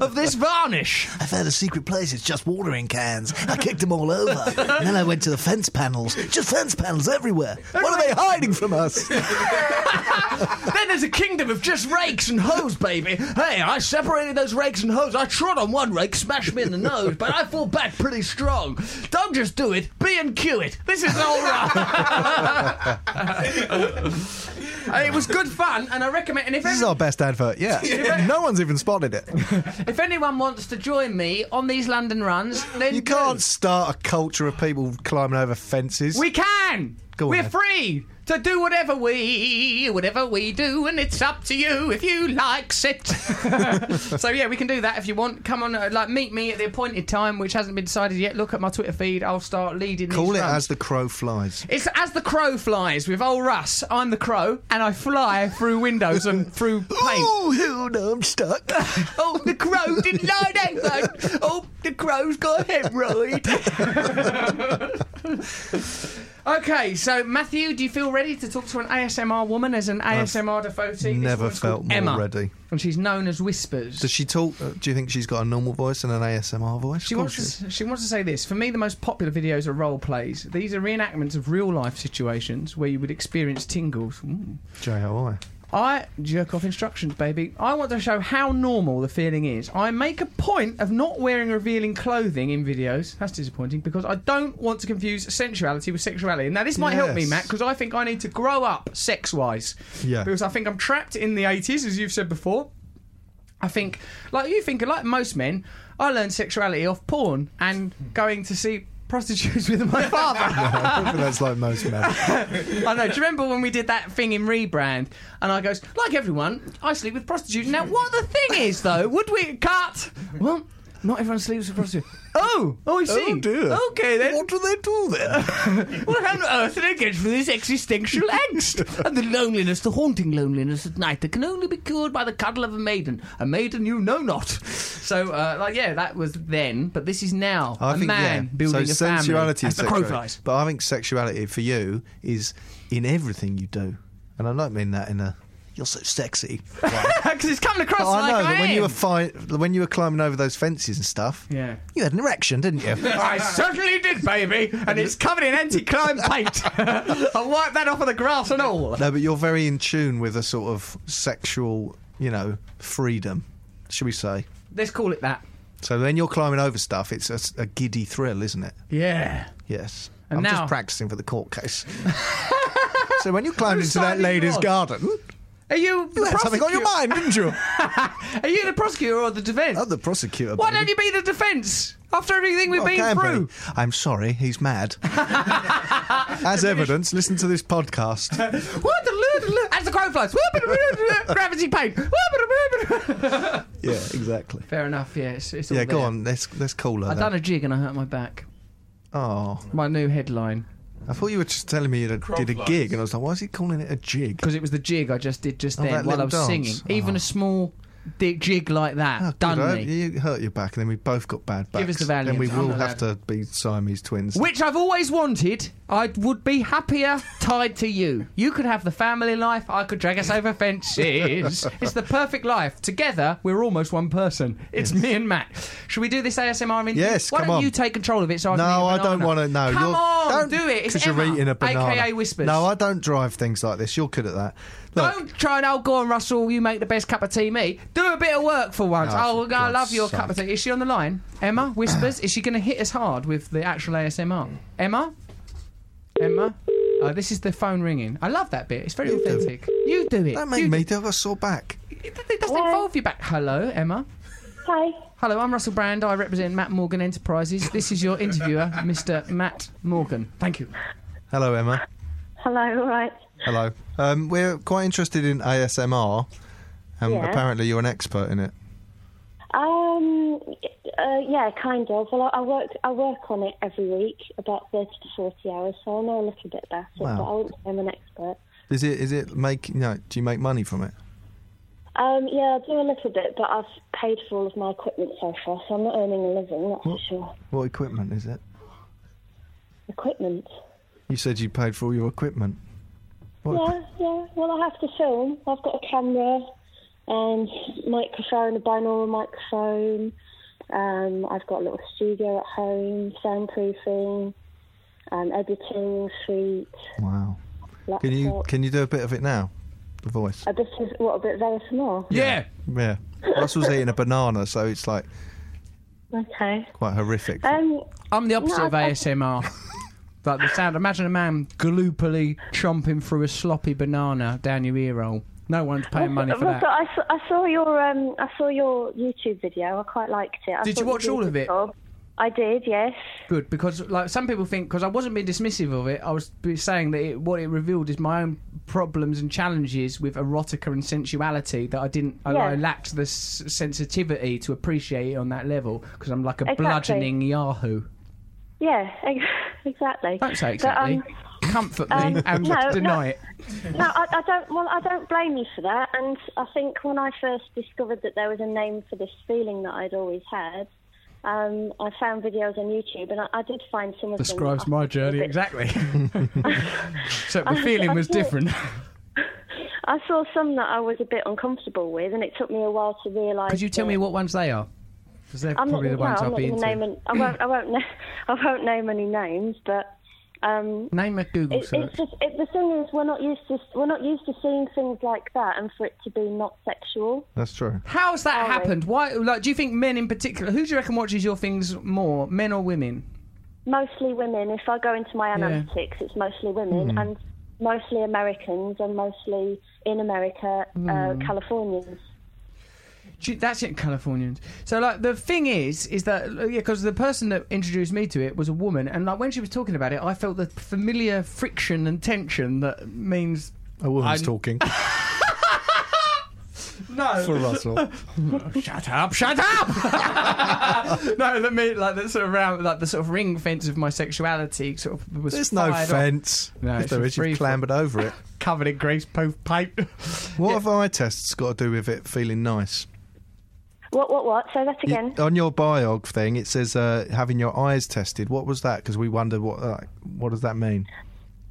[SPEAKER 1] of this varnish.
[SPEAKER 3] I found a secret place. It's just watering cans. I kicked them all over. And then I went to the fence panels. Just fence panels everywhere.
[SPEAKER 7] What are they hiding from us?
[SPEAKER 1] Then there's a kingdom of just rakes and hoes, baby. Hey, I separated those rakes and hoes. I trod on one rake, smashed me in the nose, but I fought back pretty strong. Don't just do it, B and Q it. This is all right. *laughs* And it was good fun, and I recommend. And if
[SPEAKER 7] this is
[SPEAKER 1] any-
[SPEAKER 7] our best
[SPEAKER 1] *laughs*
[SPEAKER 7] advert. Yeah, no one's even spotted it.
[SPEAKER 1] if anyone wants to join me on these London runs, then
[SPEAKER 7] You
[SPEAKER 1] do.
[SPEAKER 7] can't start a culture of people climbing over fences.
[SPEAKER 1] We can.
[SPEAKER 7] Go on
[SPEAKER 1] We're
[SPEAKER 7] then.
[SPEAKER 1] free to do whatever we whatever we do, and it's up to you if you likes it. *laughs* so yeah, we can do that if you want. Come on, uh, like meet me at the appointed time, which hasn't been decided yet. Look at my Twitter feed. I'll start leading.
[SPEAKER 7] Call
[SPEAKER 1] these
[SPEAKER 7] it
[SPEAKER 1] runs.
[SPEAKER 7] as the crow flies.
[SPEAKER 1] It's as the crow flies with old Russ. I'm the crow, and I fly through windows and
[SPEAKER 7] *gasps*
[SPEAKER 1] through paint.
[SPEAKER 3] Oh, hell no, I'm stuck.
[SPEAKER 1] Oh, the crow didn't know that one. Oh, the crow's got a hemorrhoid. okay, so Matthew, do you feel ready to talk to an ASMR woman as an ASMR devotee? This
[SPEAKER 7] Never
[SPEAKER 1] woman's
[SPEAKER 7] felt
[SPEAKER 1] called
[SPEAKER 7] more
[SPEAKER 1] Emma,
[SPEAKER 7] ready.
[SPEAKER 1] and she's known as Whispers.
[SPEAKER 7] Does she talk? uh, Do you think she's got a normal voice and an ASMR voice?
[SPEAKER 1] She
[SPEAKER 7] Of course
[SPEAKER 1] wants, to, s- she wants to say this. For me, the most popular videos are role plays. These are reenactments of real life situations where you would experience tingles. Mm.
[SPEAKER 7] she is. JOI.
[SPEAKER 1] I jerk off instructions, baby. I want to show how normal the feeling is. I make a point of not wearing revealing clothing in videos. That's disappointing because I don't want to confuse sensuality with sexuality. Now, this might help me,
[SPEAKER 7] Yes.
[SPEAKER 1] Matt, because I think I need to grow up sex wise.
[SPEAKER 7] Yeah.
[SPEAKER 1] Because I think I'm trapped in the 80s, as you've said before. I think, like you think, like most men, I learned sexuality off porn and going to see prostitutes *laughs* with
[SPEAKER 7] *laughs*
[SPEAKER 1] my father.
[SPEAKER 7] I think that's like most
[SPEAKER 1] *laughs*
[SPEAKER 7] men.
[SPEAKER 1] I know. Do you remember when we did that thing in rebrand? And I goes, like everyone, I sleep with prostitutes. Now, what the thing is though? Would we cut? Well, not everyone sleeps with prostitutes. Oh, oh, I see.
[SPEAKER 7] Oh dear.
[SPEAKER 1] Okay then.
[SPEAKER 7] What do they do then?
[SPEAKER 1] What on earth are they get for this existential angst? And the loneliness, the haunting loneliness at night that can only be cured by the cuddle of a maiden. A maiden you know not. So, uh, like, yeah, that was then, but this is now. A man
[SPEAKER 7] yeah.
[SPEAKER 1] building
[SPEAKER 7] so
[SPEAKER 1] a family.
[SPEAKER 7] sensuality
[SPEAKER 1] as
[SPEAKER 7] is
[SPEAKER 1] the crow
[SPEAKER 7] sexuality.
[SPEAKER 1] *laughs* flies.
[SPEAKER 7] But I think sexuality for you is in everything you do, and I don't mean that in a you're so sexy. way.
[SPEAKER 1] Because it's coming across
[SPEAKER 7] But Oh, I
[SPEAKER 1] like
[SPEAKER 7] know that when you
[SPEAKER 1] am.
[SPEAKER 7] were fi- when you were climbing over those fences and stuff,
[SPEAKER 1] yeah.
[SPEAKER 7] you had an erection, didn't you?
[SPEAKER 1] *laughs* I certainly did, baby, and it's covered in anti-climb *laughs* paint. I wiped that off of the grass and all.
[SPEAKER 7] no, but you're very in tune with a sort of sexual, you know, freedom, should we say?
[SPEAKER 1] Let's call it that.
[SPEAKER 7] So when you're climbing over stuff, it's a, a giddy thrill, isn't it?
[SPEAKER 1] Yeah.
[SPEAKER 7] Yes.
[SPEAKER 1] And
[SPEAKER 7] I'm
[SPEAKER 1] now-
[SPEAKER 7] just practicing for the
[SPEAKER 1] *laughs*
[SPEAKER 7] court case. so when you climbed into that
[SPEAKER 1] Deciding
[SPEAKER 7] lady's
[SPEAKER 1] what?
[SPEAKER 7] garden, you
[SPEAKER 1] Are you the
[SPEAKER 7] had something on your
[SPEAKER 1] prosecu-
[SPEAKER 7] mind, didn't you?
[SPEAKER 1] Are you the prosecutor or the defence?
[SPEAKER 7] Oh, the prosecutor.
[SPEAKER 1] Why
[SPEAKER 7] baby.
[SPEAKER 1] don't you be the defence after everything we've
[SPEAKER 7] Oh,
[SPEAKER 1] been
[SPEAKER 7] Canberra.
[SPEAKER 1] through?
[SPEAKER 7] I'm sorry, he's mad. As evidence, listen to
[SPEAKER 1] *laughs*
[SPEAKER 7] this podcast.
[SPEAKER 1] What the loo- loo- as the crow flies? Gravity paint.
[SPEAKER 7] Yeah, exactly.
[SPEAKER 1] *laughs* Fair enough. Yeah, it's, it's all
[SPEAKER 7] Yeah, go
[SPEAKER 1] there.
[SPEAKER 7] on. Let's let's call her.
[SPEAKER 1] I done
[SPEAKER 7] Then.
[SPEAKER 1] a jig and I hurt my back.
[SPEAKER 7] Oh,
[SPEAKER 1] My new headline
[SPEAKER 7] I thought you were just telling me you did a- did a gig, and I was like, why is he calling it a jig?
[SPEAKER 1] because it was the jig I just did just
[SPEAKER 7] Oh,
[SPEAKER 1] then
[SPEAKER 7] that
[SPEAKER 1] while I was
[SPEAKER 7] little
[SPEAKER 1] singing.
[SPEAKER 7] dance.
[SPEAKER 1] Even
[SPEAKER 7] Oh.
[SPEAKER 1] a small di- jig like that
[SPEAKER 7] Oh, good,
[SPEAKER 1] done
[SPEAKER 7] I-
[SPEAKER 1] me.
[SPEAKER 7] You hurt your back, and then we both got bad backs.
[SPEAKER 1] Give us the Valiant.
[SPEAKER 7] Then we
[SPEAKER 1] I'm
[SPEAKER 7] will
[SPEAKER 1] not
[SPEAKER 7] have to be Siamese twins.
[SPEAKER 1] Which I've always wanted. I would be happier tied to you. You could have the family life. I could drag us over
[SPEAKER 7] *laughs*
[SPEAKER 1] fences. it's the perfect life. Together, we're almost one person. It's me and Matt. Should we do this ASMR interview?
[SPEAKER 7] Yes,
[SPEAKER 1] Why
[SPEAKER 7] come
[SPEAKER 1] don't
[SPEAKER 7] on.
[SPEAKER 1] you take control of it? So I
[SPEAKER 7] no,
[SPEAKER 1] can eat a
[SPEAKER 7] I
[SPEAKER 1] banana?
[SPEAKER 7] don't want to. No,
[SPEAKER 1] Come
[SPEAKER 7] you're,
[SPEAKER 1] on,
[SPEAKER 7] don't,
[SPEAKER 1] do it. It's
[SPEAKER 7] 'cause
[SPEAKER 1] Emma,
[SPEAKER 7] you're eating a banana.
[SPEAKER 1] AKA whispers.
[SPEAKER 7] No, I don't drive things like this. You're good at that. Look,
[SPEAKER 1] Don't try and oh go on Russell, you make the best cup of tea me. Do a bit of work for once.
[SPEAKER 7] Oh,
[SPEAKER 1] oh,
[SPEAKER 7] for
[SPEAKER 1] I love
[SPEAKER 7] God's
[SPEAKER 1] your cup of
[SPEAKER 7] sake.
[SPEAKER 1] tea. Is she on the line?
[SPEAKER 7] *clears throat*
[SPEAKER 1] Emma whispers. is she going to hit us hard with the actual ASMR? Emma, Emma. Oh, this is the phone ringing. I love that bit. It's very
[SPEAKER 7] You do.
[SPEAKER 1] authentic. You do it.
[SPEAKER 7] don't
[SPEAKER 1] You
[SPEAKER 7] make
[SPEAKER 1] do-
[SPEAKER 7] me do a sore back.
[SPEAKER 1] It it doesn't involve you back. Hello, Emma.
[SPEAKER 8] Hi.
[SPEAKER 1] Hello, I'm Russell Brand. I represent Matt Morgan Enterprises. This is your interviewer, *laughs* Mr. Matt Morgan. Thank you.
[SPEAKER 7] Hello, Emma.
[SPEAKER 8] Hello. All right.
[SPEAKER 7] Hello. Um, we're quite interested in ASMR, and
[SPEAKER 8] Yeah.
[SPEAKER 7] apparently you're an expert in it.
[SPEAKER 8] Um. Uh, yeah, kind of. Well, I I work. I work on it every week, about thirty to forty hours. So I know a little bit about it,
[SPEAKER 7] Wow.
[SPEAKER 8] but I wouldn't say I'm an expert.
[SPEAKER 7] Is it? Is it make? You know, do you make money from it?
[SPEAKER 8] Um. Yeah, I do a little bit, but I've paid for all of my equipment so far, so I'm not earning a living. That's for sure.
[SPEAKER 7] What equipment is it?
[SPEAKER 8] Equipment.
[SPEAKER 7] You said you paid for all your equipment. What
[SPEAKER 8] Yeah. Yeah. Well, I have to film. I've got a camera, and microphone, a binaural microphone. Um. I've got a little studio at home, soundproofing, um, editing suite.
[SPEAKER 7] equip- Wow.
[SPEAKER 8] Laptop.
[SPEAKER 7] Can you can you do a bit of it now? The voice.
[SPEAKER 8] A bit of what a bit of ASMR.
[SPEAKER 1] Yeah.
[SPEAKER 7] Yeah. Russell's eating a banana, so it's like
[SPEAKER 8] Okay.
[SPEAKER 7] quite horrific.
[SPEAKER 8] Um.
[SPEAKER 1] I'm the opposite
[SPEAKER 8] No,
[SPEAKER 1] of
[SPEAKER 8] I-
[SPEAKER 1] ASMR. *laughs* like the sound. Imagine a man gloopily chomping through a sloppy banana down your ear hole. No one's paying money for
[SPEAKER 8] Russell,
[SPEAKER 1] that.
[SPEAKER 8] I saw, I saw your um. I saw your YouTube video. I quite liked it. I
[SPEAKER 1] Did
[SPEAKER 8] thought
[SPEAKER 1] you watch
[SPEAKER 8] did a
[SPEAKER 1] all of
[SPEAKER 8] good
[SPEAKER 1] it?
[SPEAKER 8] job. I did. Yes.
[SPEAKER 1] Good because like some people think because I wasn't being dismissive of it, I was be- saying that it, what it revealed is my own problems and challenges with erotica and sensuality that I didn't. I, I
[SPEAKER 8] Yeah.
[SPEAKER 1] lacked the s- sensitivity to appreciate it on that level because I'm like a
[SPEAKER 8] Exactly.
[SPEAKER 1] bludgeoning Yahoo.
[SPEAKER 8] Yeah. *laughs* ex- Exactly.
[SPEAKER 1] Don't say
[SPEAKER 8] But,
[SPEAKER 1] exactly.
[SPEAKER 8] um,
[SPEAKER 1] Comfort me
[SPEAKER 8] um,
[SPEAKER 1] and
[SPEAKER 8] no,
[SPEAKER 1] deny
[SPEAKER 8] no.
[SPEAKER 1] it.
[SPEAKER 8] no, I, I don't. Well, I don't blame you for that. And I think when I first discovered that there was a name for this feeling that I'd always had, um, I found videos on YouTube, and I, I did find some of
[SPEAKER 1] Describes
[SPEAKER 8] them. I
[SPEAKER 1] my
[SPEAKER 8] found a
[SPEAKER 1] journey
[SPEAKER 8] bit- *laughs*
[SPEAKER 1] exactly. Except the feeling was different.
[SPEAKER 8] I saw some that I was a bit uncomfortable with, and it took me a while to
[SPEAKER 1] *laughs*
[SPEAKER 8] realise.
[SPEAKER 1] Could you tell
[SPEAKER 8] that-
[SPEAKER 1] me what ones they are? Because they're
[SPEAKER 8] I'm
[SPEAKER 1] probably
[SPEAKER 8] not,
[SPEAKER 1] the ones
[SPEAKER 8] no,
[SPEAKER 1] I'll
[SPEAKER 8] I'm
[SPEAKER 1] be
[SPEAKER 8] not
[SPEAKER 1] into.
[SPEAKER 8] *laughs* gonna Name an, I won't. I won't. na- I won't name any names, but Um,
[SPEAKER 1] Name a Google
[SPEAKER 8] it,
[SPEAKER 1] search.
[SPEAKER 8] it's just it, the thing is we're not used to we're not used to seeing things like that and for it to be not sexual.
[SPEAKER 7] That's true.
[SPEAKER 1] How's that
[SPEAKER 8] Always.
[SPEAKER 1] happened? Why? Like, do you think men in particular? Who do you reckon watches your things more, men or women?
[SPEAKER 8] Mostly women. If I go into my analytics, it's mostly women and mostly Americans and mostly in America, uh, Californians.
[SPEAKER 1] Do you- that's it, Californians. So, like, the thing is, is that uh, yeah, because the person that introduced me to it was a woman, and like when she was talking about it, I felt the familiar friction and tension that means
[SPEAKER 7] A woman's
[SPEAKER 1] I'm-
[SPEAKER 7] talking
[SPEAKER 1] no.
[SPEAKER 7] for Russell.
[SPEAKER 1] shut up! *laughs* Shut up! no, that me like that sort of round, like the sort of ring fence of my sexuality sort of was
[SPEAKER 7] There's no
[SPEAKER 1] fired up,
[SPEAKER 7] fence.
[SPEAKER 1] No,
[SPEAKER 7] if
[SPEAKER 1] it's
[SPEAKER 7] there
[SPEAKER 1] a
[SPEAKER 7] is,
[SPEAKER 1] free
[SPEAKER 7] you've
[SPEAKER 1] for-
[SPEAKER 7] clambered over
[SPEAKER 1] *laughs*
[SPEAKER 7] it.
[SPEAKER 1] covered in grease poop paint.
[SPEAKER 7] What have eye tests got to do with it feeling nice?
[SPEAKER 8] What? What? What? Say that
[SPEAKER 7] You-
[SPEAKER 8] again.
[SPEAKER 7] on your biog thing, it says uh, having your eyes tested. What was that? Because we wonder what uh, what does that mean.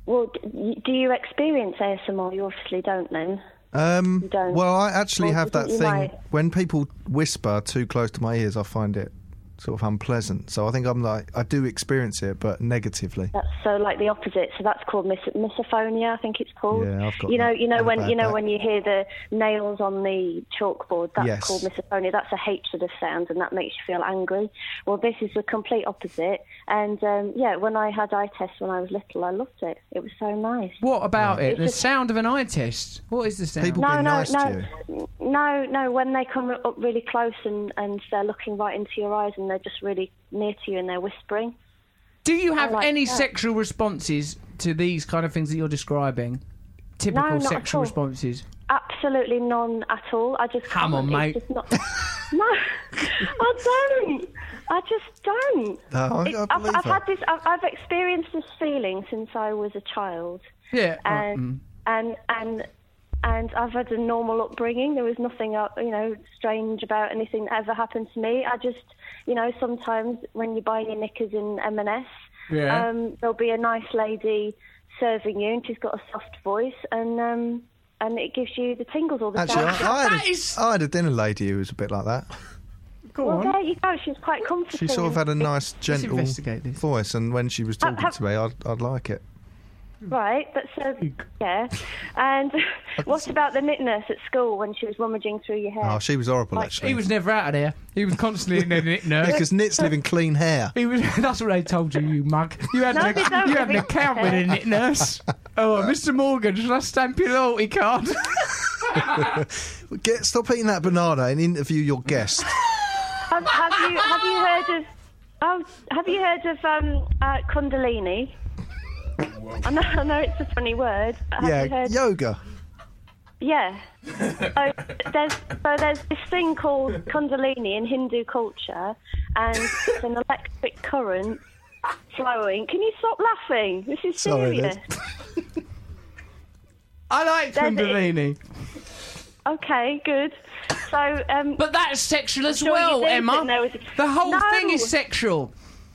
[SPEAKER 8] Well, d- y- do you experience ASMR? You obviously don't, then.
[SPEAKER 7] Um,
[SPEAKER 8] don't.
[SPEAKER 7] well, I actually
[SPEAKER 8] Or
[SPEAKER 7] have that
[SPEAKER 8] doesn't you
[SPEAKER 7] thing
[SPEAKER 8] like-
[SPEAKER 7] when people whisper too close to my ears, I find it sort of unpleasant. So I think I'm like I do experience it, but negatively.
[SPEAKER 8] That's so like the opposite. So that's called mis- misophonia, I think it's called.
[SPEAKER 7] Yeah, I've got
[SPEAKER 8] you know,
[SPEAKER 7] that.
[SPEAKER 8] you know
[SPEAKER 7] And a
[SPEAKER 8] when
[SPEAKER 7] bad
[SPEAKER 8] you know
[SPEAKER 7] back.
[SPEAKER 8] when you hear the nails on the chalkboard. That's
[SPEAKER 7] Yes.
[SPEAKER 8] called misophonia. That's a hatred of sound, and that makes you feel angry. Well, this is the complete opposite. And um, yeah, when I had eye tests when I was little, I loved it. It was so nice.
[SPEAKER 1] what about it?
[SPEAKER 8] It's
[SPEAKER 1] The
[SPEAKER 8] just-
[SPEAKER 1] sound of an eye test. What is the sound?
[SPEAKER 7] People-
[SPEAKER 8] No,
[SPEAKER 7] being
[SPEAKER 8] no,
[SPEAKER 7] nice to
[SPEAKER 8] no, no, no. When they come up really close and, and they're looking right into your eyes and they're just really near to you and they're whispering.
[SPEAKER 1] Do you have
[SPEAKER 8] I like
[SPEAKER 1] any
[SPEAKER 8] that.
[SPEAKER 1] sexual responses to these kind of things that you're describing? Typical
[SPEAKER 8] No, not at
[SPEAKER 1] sexual
[SPEAKER 8] all.
[SPEAKER 1] responses.
[SPEAKER 8] Absolutely none at all. I just
[SPEAKER 1] Come
[SPEAKER 8] can't.
[SPEAKER 1] on, mate.
[SPEAKER 8] It's just not... *laughs* no, I don't. I just don't.
[SPEAKER 7] No, I- I
[SPEAKER 8] It-
[SPEAKER 7] believe
[SPEAKER 8] I've, I've
[SPEAKER 7] her.
[SPEAKER 8] had this. I've, I've experienced this feeling since I was a child,
[SPEAKER 1] Yeah.
[SPEAKER 7] Ah,
[SPEAKER 1] uh, mm.
[SPEAKER 8] and and and and I've had a normal upbringing. There was nothing, uh, you know, strange about anything that ever happened to me. I just, you know, sometimes when you buy your knickers in M&S,
[SPEAKER 1] Yeah.
[SPEAKER 8] um, there'll be a nice lady serving you, and she's got a soft voice, and um, and it gives you the tingles all the
[SPEAKER 7] Actually,
[SPEAKER 8] time.
[SPEAKER 7] I, I, had
[SPEAKER 1] That
[SPEAKER 7] a,
[SPEAKER 1] is-
[SPEAKER 7] I had a dinner lady who was a bit like that.
[SPEAKER 1] Go
[SPEAKER 8] *laughs* Well,
[SPEAKER 1] on.
[SPEAKER 8] there you go. She's quite comforting.
[SPEAKER 7] She sort of had a nice, gentle
[SPEAKER 1] investigate this.
[SPEAKER 7] voice, and when she was talking
[SPEAKER 8] have-
[SPEAKER 7] to me, I'd, I'd like it.
[SPEAKER 8] right, but so yeah.
[SPEAKER 7] *laughs*
[SPEAKER 8] And *laughs* what about the knit nurse at school when she was rummaging through your hair?
[SPEAKER 7] Oh, she was horrible, actually.
[SPEAKER 1] He was never out of there. He was constantly
[SPEAKER 7] *laughs*
[SPEAKER 1] in the nurse.
[SPEAKER 7] because Nit's living clean hair.
[SPEAKER 1] He was, *laughs* that's what they told you, you mug. You had,
[SPEAKER 8] No,
[SPEAKER 1] an,
[SPEAKER 8] they don't
[SPEAKER 1] you had an
[SPEAKER 8] really
[SPEAKER 1] account with a knit
[SPEAKER 8] *laughs*
[SPEAKER 1] nurse. Oh, Mr. Morgan, should I stamp your loyalty card? *laughs*
[SPEAKER 7] Get stop eating that banana and interview your
[SPEAKER 8] *laughs*
[SPEAKER 7] guest.
[SPEAKER 8] have, have you have you heard of? Oh, have you heard of um, uh, Kundalini? I know, I know it's a funny word. but Have you
[SPEAKER 7] yeah,
[SPEAKER 8] heard
[SPEAKER 7] yoga.
[SPEAKER 8] Yeah. so, there's, so there's this thing called Kundalini in Hindu culture, and it's an electric current flowing. Can you stop laughing? This is
[SPEAKER 7] Sorry,
[SPEAKER 8] serious.
[SPEAKER 1] I like
[SPEAKER 8] There's-
[SPEAKER 1] Kundalini.
[SPEAKER 8] Okay, good. So, um,
[SPEAKER 1] But that's sexual as
[SPEAKER 8] sure you
[SPEAKER 1] well,
[SPEAKER 8] think
[SPEAKER 1] Emma.
[SPEAKER 8] that there was-
[SPEAKER 1] The whole
[SPEAKER 8] No.
[SPEAKER 1] thing is sexual.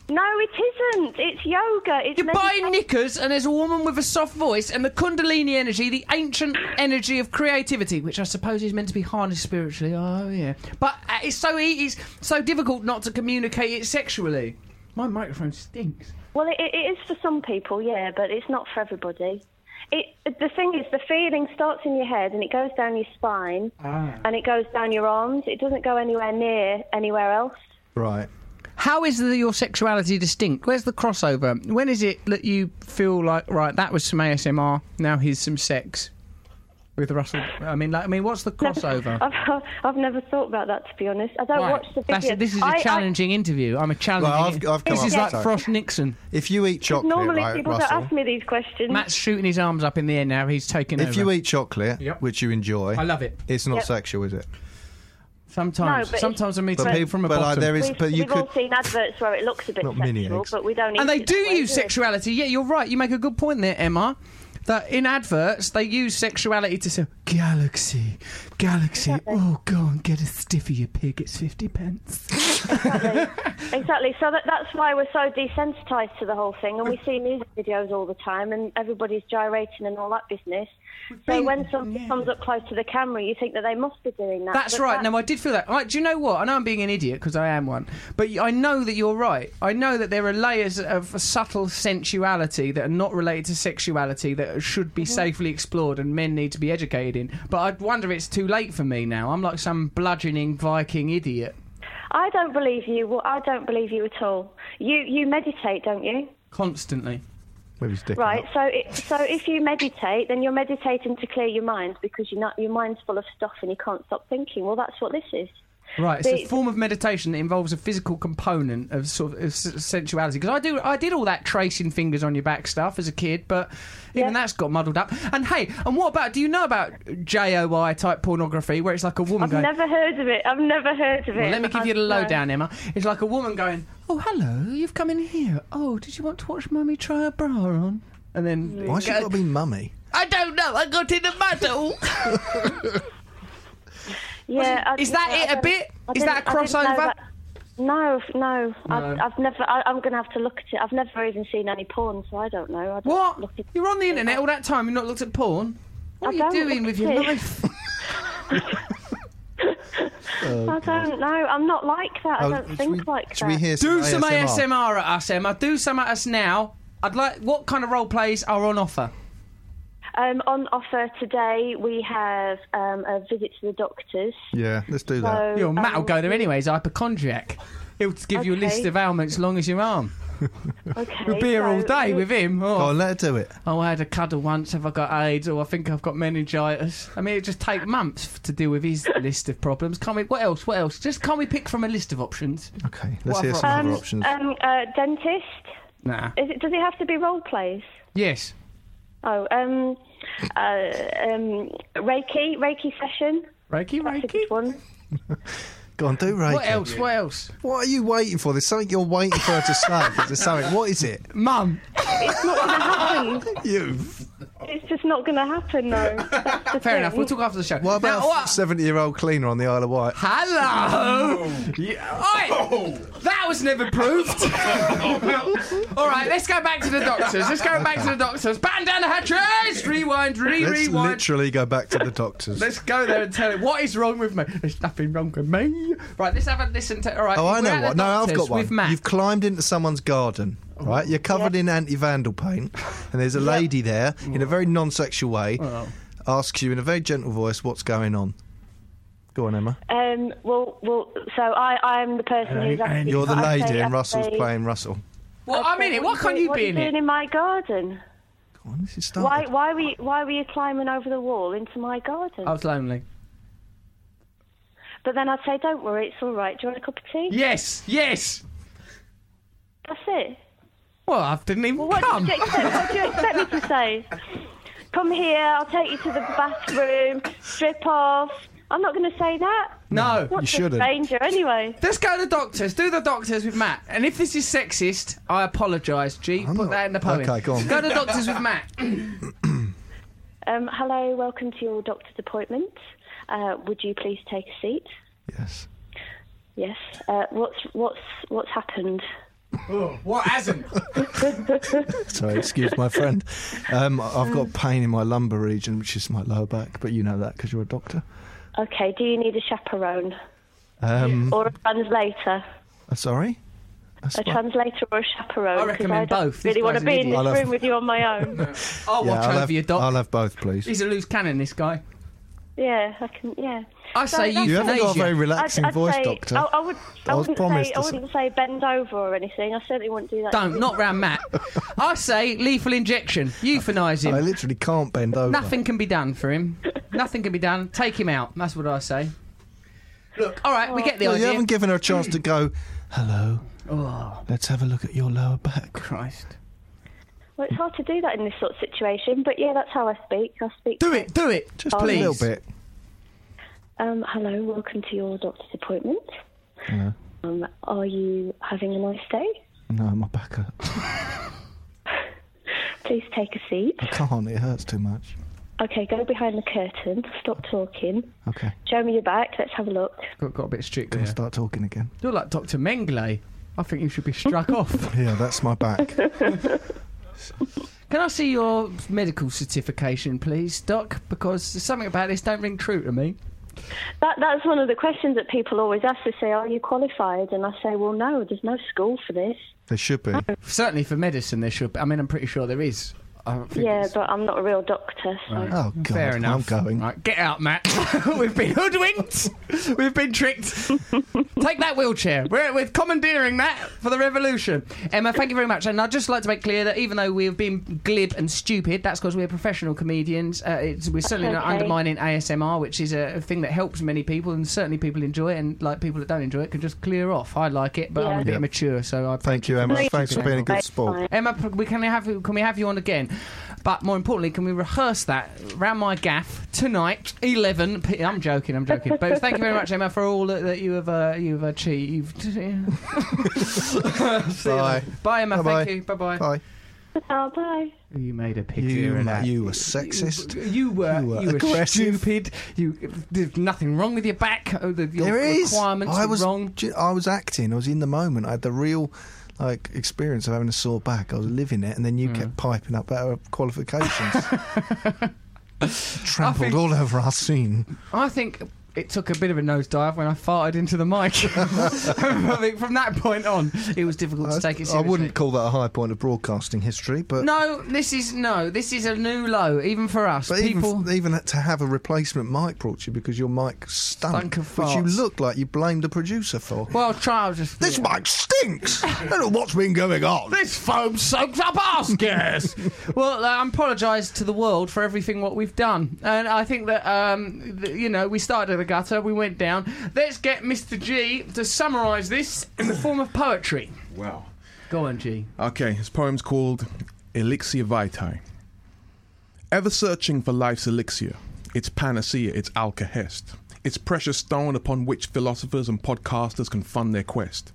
[SPEAKER 8] no, it isn't. It's yoga. It's
[SPEAKER 1] You buy
[SPEAKER 8] meditation.
[SPEAKER 1] knickers, and there's a woman with a soft voice, and the Kundalini energy, the ancient energy of creativity, which I suppose is meant to be harnessed spiritually. Oh yeah, but uh, it's so e- it's so difficult not to communicate it sexually. My microphone stinks.
[SPEAKER 8] Well, it, it is for some people, yeah, but it's not for everybody. It, the thing is, the feeling starts in your head and it goes down your spine
[SPEAKER 1] Ah.
[SPEAKER 8] and it goes down your arms. It doesn't go anywhere near anywhere else. *laughs*
[SPEAKER 7] Right.
[SPEAKER 1] How is the, your sexuality distinct? Where's the crossover? When is it that you feel like right that was some ASMR, now here's some sex with Russell? I mean, like, I mean, what's the crossover?
[SPEAKER 8] I've, I've never thought about that to be honest. I don't
[SPEAKER 1] Right.
[SPEAKER 8] watch the videos.
[SPEAKER 1] That's it. This is a
[SPEAKER 8] I- I-
[SPEAKER 1] challenging interview. I'm a challenging.
[SPEAKER 7] Well, I've- I've come
[SPEAKER 1] this
[SPEAKER 7] up
[SPEAKER 1] is
[SPEAKER 7] with
[SPEAKER 1] like
[SPEAKER 7] something.
[SPEAKER 1] Frost Nixon.
[SPEAKER 7] If you eat chocolate,
[SPEAKER 8] normally
[SPEAKER 7] right,
[SPEAKER 8] people
[SPEAKER 7] Russell,
[SPEAKER 8] don't ask me these questions.
[SPEAKER 1] Matt's shooting his arms up in the air now. He's taking
[SPEAKER 7] if
[SPEAKER 1] over.
[SPEAKER 7] you eat chocolate,
[SPEAKER 1] Yep.
[SPEAKER 7] which you enjoy,
[SPEAKER 1] I love it.
[SPEAKER 7] It's not
[SPEAKER 8] Yep.
[SPEAKER 7] sexual, is it?
[SPEAKER 1] Sometimes,
[SPEAKER 8] No, but
[SPEAKER 1] sometimes I'm eating
[SPEAKER 7] But people-
[SPEAKER 1] from a
[SPEAKER 7] but like,
[SPEAKER 1] bottom.
[SPEAKER 7] there is,
[SPEAKER 8] We've,
[SPEAKER 7] but you
[SPEAKER 8] we've all
[SPEAKER 7] could.
[SPEAKER 8] seen adverts where it looks a bit
[SPEAKER 7] Not
[SPEAKER 8] sexual,
[SPEAKER 7] mini eggs.
[SPEAKER 8] but we don't.
[SPEAKER 1] and
[SPEAKER 8] eat
[SPEAKER 1] they
[SPEAKER 8] it
[SPEAKER 1] do
[SPEAKER 8] that way,
[SPEAKER 1] use
[SPEAKER 8] it?
[SPEAKER 1] sexuality. Yeah, you're right. You make a good point there, Emma. That in adverts they use sexuality to say, Galaxy, Galaxy. Oh, go and get a stiffy, you pig. It's 50 pence.
[SPEAKER 8] Exactly. So that, that's why we're so desensitised to the whole thing, and we see music videos all the time, and everybody's gyrating and all that business. So
[SPEAKER 1] been-
[SPEAKER 8] when somebody comes up close to the camera, you think that they must be doing that.
[SPEAKER 1] That's
[SPEAKER 8] but
[SPEAKER 1] right.
[SPEAKER 8] that-
[SPEAKER 1] No, I did feel that. I, do you know what? I know I'm being an idiot because I am one, but y- I know that you're right. I know that there are layers of subtle sensuality that are not related to sexuality that should
[SPEAKER 8] Mm-hmm.
[SPEAKER 1] be safely explored and men need to be educated in. But I wonder if it's too late for me now. I'm like some bludgeoning Viking idiot.
[SPEAKER 8] I don't believe you. Well, I don't believe you at all. You you meditate, don't you?
[SPEAKER 1] Constantly.
[SPEAKER 7] Maybe he's dicking
[SPEAKER 8] Right.
[SPEAKER 7] up.
[SPEAKER 8] So it, so if you meditate, then you're meditating to clear your mind because you're not, your mind's full of stuff and you can't stop thinking. Well, that's what this is.
[SPEAKER 1] Right, it's a
[SPEAKER 8] The-
[SPEAKER 1] form of meditation that involves a physical component of sort of s- sensuality. Because I do, I did all that tracing fingers on your back stuff as a kid, but even
[SPEAKER 8] Yeah.
[SPEAKER 1] that's got muddled up. And hey, and what about? Do you know about JOI type pornography where it's like a woman
[SPEAKER 8] I've
[SPEAKER 1] going?
[SPEAKER 8] never heard of it. I've never heard of it.
[SPEAKER 1] Well, let me give you the
[SPEAKER 8] I've- no.
[SPEAKER 1] lowdown, Emma. It's like a woman going, "Oh, hello, you've come in here. Oh, did you want to watch Mummy try her bra on?" And then
[SPEAKER 7] Why's she got to be mummy?
[SPEAKER 1] I don't know. I got in a
[SPEAKER 8] *laughs*
[SPEAKER 1] muddle.
[SPEAKER 8] Yeah, I-
[SPEAKER 1] Is that
[SPEAKER 8] yeah, I
[SPEAKER 1] it a
[SPEAKER 8] don't-
[SPEAKER 1] bit?
[SPEAKER 8] I
[SPEAKER 1] Is
[SPEAKER 8] didn't-
[SPEAKER 1] that
[SPEAKER 8] I didn't know
[SPEAKER 1] crossover?
[SPEAKER 8] that- No, no. I've,
[SPEAKER 1] No.
[SPEAKER 8] I've never. I, I'm going to have to look at it. I've never even seen any porn, so I don't know. I don't
[SPEAKER 1] what?
[SPEAKER 8] Look at,
[SPEAKER 1] You're on the internet all that time. You've not looked at porn. What
[SPEAKER 8] I
[SPEAKER 1] are
[SPEAKER 8] don't
[SPEAKER 1] you doing
[SPEAKER 8] look
[SPEAKER 1] with
[SPEAKER 8] at
[SPEAKER 1] your
[SPEAKER 8] it.
[SPEAKER 1] life?
[SPEAKER 8] I don't know. I'm not like that. I
[SPEAKER 7] Oh,
[SPEAKER 8] don't
[SPEAKER 7] should
[SPEAKER 8] think
[SPEAKER 7] we,
[SPEAKER 8] like
[SPEAKER 7] should
[SPEAKER 8] that.
[SPEAKER 7] we hear some
[SPEAKER 1] Do some ASMR at us, Emma. Do some at us now. I'd like. What kind of role plays are on offer?
[SPEAKER 8] um, on offer today, we have um, a visit to the doctor's.
[SPEAKER 7] Yeah, let's do that.
[SPEAKER 8] So,
[SPEAKER 1] Your Matt will
[SPEAKER 8] um,
[SPEAKER 1] go there anyway. He's hypochondriac. He'll give you a list
[SPEAKER 8] Okay.
[SPEAKER 1] of ailments long as your arm.
[SPEAKER 8] Okay,
[SPEAKER 1] You'll be here all
[SPEAKER 8] so
[SPEAKER 1] day
[SPEAKER 8] we-
[SPEAKER 1] with him.
[SPEAKER 7] Go
[SPEAKER 1] Oh,
[SPEAKER 7] on, let her do it.
[SPEAKER 1] oh, I had a cuddle once. Have I got AIDS? Or I think I've got meningitis. I mean, it just take months f- to deal with
[SPEAKER 8] *laughs*
[SPEAKER 1] his list of problems. Can't we? What else? What else? Just can't we pick from a list of options?
[SPEAKER 7] Okay, let's
[SPEAKER 1] What
[SPEAKER 7] hear
[SPEAKER 1] other
[SPEAKER 7] some
[SPEAKER 8] Um,
[SPEAKER 7] other options.
[SPEAKER 8] um, uh, dentist.
[SPEAKER 1] Nah.
[SPEAKER 8] Is it, does it have to be role plays?
[SPEAKER 1] Yes.
[SPEAKER 8] Oh, um, uh, um, Reiki, Reiki session.
[SPEAKER 1] Reiki,
[SPEAKER 8] That's a
[SPEAKER 1] Reiki.
[SPEAKER 8] good one.
[SPEAKER 7] Go on, do Reiki.
[SPEAKER 1] What else? What else?
[SPEAKER 7] What are you waiting for? There's something you're waiting for her
[SPEAKER 1] *laughs*
[SPEAKER 7] to say. There's something. What is it?
[SPEAKER 1] Mum.
[SPEAKER 7] You.
[SPEAKER 8] It's just not going to happen, though. That's the
[SPEAKER 1] *laughs* Fair
[SPEAKER 8] thing.
[SPEAKER 1] enough. We'll talk after the show.
[SPEAKER 7] What
[SPEAKER 1] Now,
[SPEAKER 7] about seventy-year-old cleaner on the Isle of Wight?
[SPEAKER 1] Hello. Yeah. Oi,
[SPEAKER 7] Oh.
[SPEAKER 1] That was never
[SPEAKER 7] *laughs*
[SPEAKER 1] proved. All right, let's go back to the doctors. Let's go back to the doctors. Batten down the hatches. Rewind, re
[SPEAKER 7] Let's
[SPEAKER 1] rewind.
[SPEAKER 7] literally go back to the doctors.
[SPEAKER 1] Let's go there and tell him what is wrong with me. There's nothing wrong with me. Right, let's have a listen to. All right.
[SPEAKER 7] Oh, I
[SPEAKER 1] we're at
[SPEAKER 7] know
[SPEAKER 1] the
[SPEAKER 7] what. No, I've
[SPEAKER 1] doctors Oh,
[SPEAKER 7] got one.
[SPEAKER 1] With Matt.
[SPEAKER 7] You've climbed into someone's garden, right? You're covered in anti-vandal paint, and there's a lady there in a very non-sexual way,
[SPEAKER 1] Oh.
[SPEAKER 7] asks you in a very gentle voice, "What's going on?" Go on, Emma.
[SPEAKER 8] Um, well, well, so I, I'm the person who's actually.
[SPEAKER 7] You're the
[SPEAKER 8] I'd say-
[SPEAKER 7] lady,
[SPEAKER 8] I'd
[SPEAKER 7] and Russell's
[SPEAKER 8] say-
[SPEAKER 7] playing Russell.
[SPEAKER 1] well,
[SPEAKER 8] I'd
[SPEAKER 1] I'm in
[SPEAKER 8] say,
[SPEAKER 1] it. What
[SPEAKER 8] are
[SPEAKER 1] can't
[SPEAKER 8] you,
[SPEAKER 1] you
[SPEAKER 8] what
[SPEAKER 1] be
[SPEAKER 8] are
[SPEAKER 1] in
[SPEAKER 8] you
[SPEAKER 1] it?
[SPEAKER 8] doing
[SPEAKER 1] Oh.
[SPEAKER 8] in my garden?
[SPEAKER 7] Go on, this is
[SPEAKER 8] Why,
[SPEAKER 7] started.
[SPEAKER 8] why were you, why were you climbing over the wall into my garden?
[SPEAKER 1] I was lonely.
[SPEAKER 8] But then I'd say, don't worry, it's all right. Do you want a cup of tea?
[SPEAKER 1] Yes, yes.
[SPEAKER 8] That's it.
[SPEAKER 1] Well, I didn't even
[SPEAKER 8] Well, what
[SPEAKER 1] come.
[SPEAKER 8] do you expect? What do you expect me to say? Come here. I'll take you to the bathroom. Strip off. I'm not going to say that.
[SPEAKER 1] No.
[SPEAKER 8] What's
[SPEAKER 7] shouldn't.
[SPEAKER 8] a stranger anyway?
[SPEAKER 1] Let's go to the doctors. Do the doctors with Matt. And if this is sexist, I apologise. G,
[SPEAKER 7] I'm
[SPEAKER 1] put
[SPEAKER 7] not-
[SPEAKER 1] that in the poem.
[SPEAKER 7] Okay, go on.
[SPEAKER 1] Go to the doctors with Matt.
[SPEAKER 8] Um, hello, welcome to your doctor's appointment. Uh, would you please take a seat?
[SPEAKER 7] Yes.
[SPEAKER 8] Yes. Uh, what's what's what's happened?
[SPEAKER 1] *laughs* What hasn't? Oh,
[SPEAKER 7] Sorry, excuse my friend. Um,
[SPEAKER 1] *laughs*
[SPEAKER 7] I've got pain in my lumbar region, which is my lower back, but you know that because you're a doctor.
[SPEAKER 8] Okay. Do you need a chaperone
[SPEAKER 1] Hmm?
[SPEAKER 7] Um, uh,
[SPEAKER 8] or a translator?
[SPEAKER 7] sorry. That's
[SPEAKER 8] A
[SPEAKER 7] what-
[SPEAKER 8] translator or a chaperone?
[SPEAKER 1] I
[SPEAKER 8] 'Cause
[SPEAKER 1] recommend
[SPEAKER 8] don't
[SPEAKER 1] both. This
[SPEAKER 8] Really want
[SPEAKER 1] guy's
[SPEAKER 8] to
[SPEAKER 1] an
[SPEAKER 8] be in
[SPEAKER 1] idiot.
[SPEAKER 8] this
[SPEAKER 7] I'll have-
[SPEAKER 8] room with you
[SPEAKER 1] *laughs*
[SPEAKER 8] on my own.
[SPEAKER 1] I'll
[SPEAKER 7] Yeah,
[SPEAKER 1] watch
[SPEAKER 7] I'll
[SPEAKER 1] over
[SPEAKER 7] have,
[SPEAKER 1] your doc.
[SPEAKER 7] I'll have both, please.
[SPEAKER 1] He's a loose cannon, this guy.
[SPEAKER 8] yeah, I can. Yeah.
[SPEAKER 1] I
[SPEAKER 8] So
[SPEAKER 1] say
[SPEAKER 8] that's-
[SPEAKER 7] You haven't got a very
[SPEAKER 1] euthanasia.
[SPEAKER 7] relaxing
[SPEAKER 8] I'd, I'd
[SPEAKER 7] voice,
[SPEAKER 8] say,
[SPEAKER 7] Doctor.
[SPEAKER 8] I, I would.
[SPEAKER 7] I
[SPEAKER 8] I
[SPEAKER 7] was
[SPEAKER 8] wouldn't
[SPEAKER 7] promised
[SPEAKER 8] say. I
[SPEAKER 7] this-
[SPEAKER 8] wouldn't say bend over or anything. I certainly wouldn't do that.
[SPEAKER 1] Don't, not round
[SPEAKER 7] *laughs*
[SPEAKER 1] Matt. I say lethal injection. Euthanise
[SPEAKER 7] I
[SPEAKER 1] him.
[SPEAKER 7] literally can't bend over.
[SPEAKER 1] Nothing can be done for him. Nothing can be done. Take him out. That's what I say. Look, all right, we get the
[SPEAKER 7] Well, Oh, you
[SPEAKER 1] idea. Oh,
[SPEAKER 7] haven't given her a chance to go. Hello. Let's have a look at your lower back.
[SPEAKER 1] Christ.
[SPEAKER 8] Well, it's hard to do that in this sort of situation. But yeah, that's how I speak. I speak.
[SPEAKER 1] Do it, do it. Just
[SPEAKER 7] A
[SPEAKER 1] please.
[SPEAKER 7] little bit.
[SPEAKER 8] Um, hello, welcome to your doctor's appointment. Um, are you having a nice day?
[SPEAKER 7] No, my back hurts.
[SPEAKER 8] Please take a seat.
[SPEAKER 7] I can't. It hurts too much.
[SPEAKER 8] okay, go behind the curtain, stop talking,
[SPEAKER 7] Okay.
[SPEAKER 8] show me your back, let's have a look.
[SPEAKER 1] Got, got a bit strict
[SPEAKER 7] Gonna
[SPEAKER 1] there.
[SPEAKER 7] start talking again.
[SPEAKER 1] You're like Dr. Mengele. I think you should be
[SPEAKER 7] *laughs*
[SPEAKER 1] struck off.
[SPEAKER 7] Yeah, that's
[SPEAKER 1] *laughs*
[SPEAKER 7] my back.
[SPEAKER 1] Can I see your medical certification, please, Doc? Because there's something about this don't ring true to me.
[SPEAKER 8] That, that's one of the questions that people always ask. They say, Are you qualified? And I say, Well, no, there's no school for this.
[SPEAKER 7] There should be.
[SPEAKER 1] Certainly for medicine, there should. Be. I mean, I'm pretty sure there is. I don't think
[SPEAKER 8] Yeah,
[SPEAKER 1] it's-
[SPEAKER 8] but I'm not a real doctor. So.
[SPEAKER 7] Oh God,
[SPEAKER 1] Fair enough.
[SPEAKER 7] I'm going.
[SPEAKER 1] Right, get out, Matt. *laughs* We've been hoodwinked. We've been tricked. Take that wheelchair. We're, we're commandeering that for the revolution. Emma, thank you very much. And I'd just like to make clear that even though we've been glib and stupid, that's because we're professional comedians. Uh, it's, we're certainly not
[SPEAKER 8] Okay.
[SPEAKER 1] undermining ASMR, which is a thing that helps many people, and certainly people enjoy it. And like people that don't enjoy it can just clear off. I like it, but I'm a
[SPEAKER 8] Yeah.
[SPEAKER 1] bit
[SPEAKER 7] Yeah.
[SPEAKER 1] mature, so I
[SPEAKER 7] Thank you, Emma.
[SPEAKER 8] Please.
[SPEAKER 7] Thanks for being a good
[SPEAKER 8] That's
[SPEAKER 7] sport.
[SPEAKER 8] fine.
[SPEAKER 1] Emma, p- we can have you- can we have you on again? But more importantly, can we rehearse that round my gaff tonight, eleven? P- I'm joking, I'm joking. But thank you very much, Emma, for all that, that you have uh, you've achieved. *laughs*
[SPEAKER 7] Bye.
[SPEAKER 1] bye, Emma.
[SPEAKER 7] Bye-bye.
[SPEAKER 1] Thank you. Bye bye.
[SPEAKER 7] Bye.
[SPEAKER 8] Oh, bye.
[SPEAKER 1] You made a pig
[SPEAKER 7] You,
[SPEAKER 1] ear of
[SPEAKER 7] ma-
[SPEAKER 1] that.
[SPEAKER 7] you were sexist.
[SPEAKER 1] You, you were you
[SPEAKER 7] You
[SPEAKER 1] were,
[SPEAKER 7] were aggressive.
[SPEAKER 1] stupid. You there's nothing wrong with your back. Oh, the, your
[SPEAKER 7] There is.
[SPEAKER 1] requirements
[SPEAKER 7] I
[SPEAKER 1] were
[SPEAKER 7] was.
[SPEAKER 1] wrong.
[SPEAKER 7] ju- I was acting. I was in the moment. I had the real. Like experience of having a sore back, I was living it, and then you
[SPEAKER 1] Hmm.
[SPEAKER 7] kept piping up our
[SPEAKER 1] *laughs*
[SPEAKER 7] qualifications. Trampled
[SPEAKER 1] think-
[SPEAKER 7] all over our scene.
[SPEAKER 1] I think it took a bit of a nosedive when I farted into the mic. *laughs* I think from that point on, it was difficult to take it
[SPEAKER 7] I
[SPEAKER 1] seriously.
[SPEAKER 7] wouldn't call that a high point of broadcasting history, but
[SPEAKER 1] No, this is no. This is a new low, even for us.
[SPEAKER 7] But
[SPEAKER 1] People,
[SPEAKER 7] even, even to have a replacement mic brought to you because your mic stunk,
[SPEAKER 1] Stunk of
[SPEAKER 7] which you
[SPEAKER 1] farts.
[SPEAKER 7] look like you blamed the producer for.
[SPEAKER 1] well, try. I'll just
[SPEAKER 7] This mic stinks. I don't know what's been going on.
[SPEAKER 1] This foam soaks up
[SPEAKER 2] *laughs*
[SPEAKER 1] ass gas. well, uh, I apologise to the world for everything what we've done, and I think that um, th- you know we started at the gutter, we went down. Let's get Mr. G to summarise this in the form of poetry.
[SPEAKER 2] Wow.
[SPEAKER 1] Go on, G.
[SPEAKER 2] Okay, his poem's called Elixir Vitae. Ever searching for life's elixir, its panacea, its alkahest, its precious stone upon which philosophers and podcasters can fund their quest.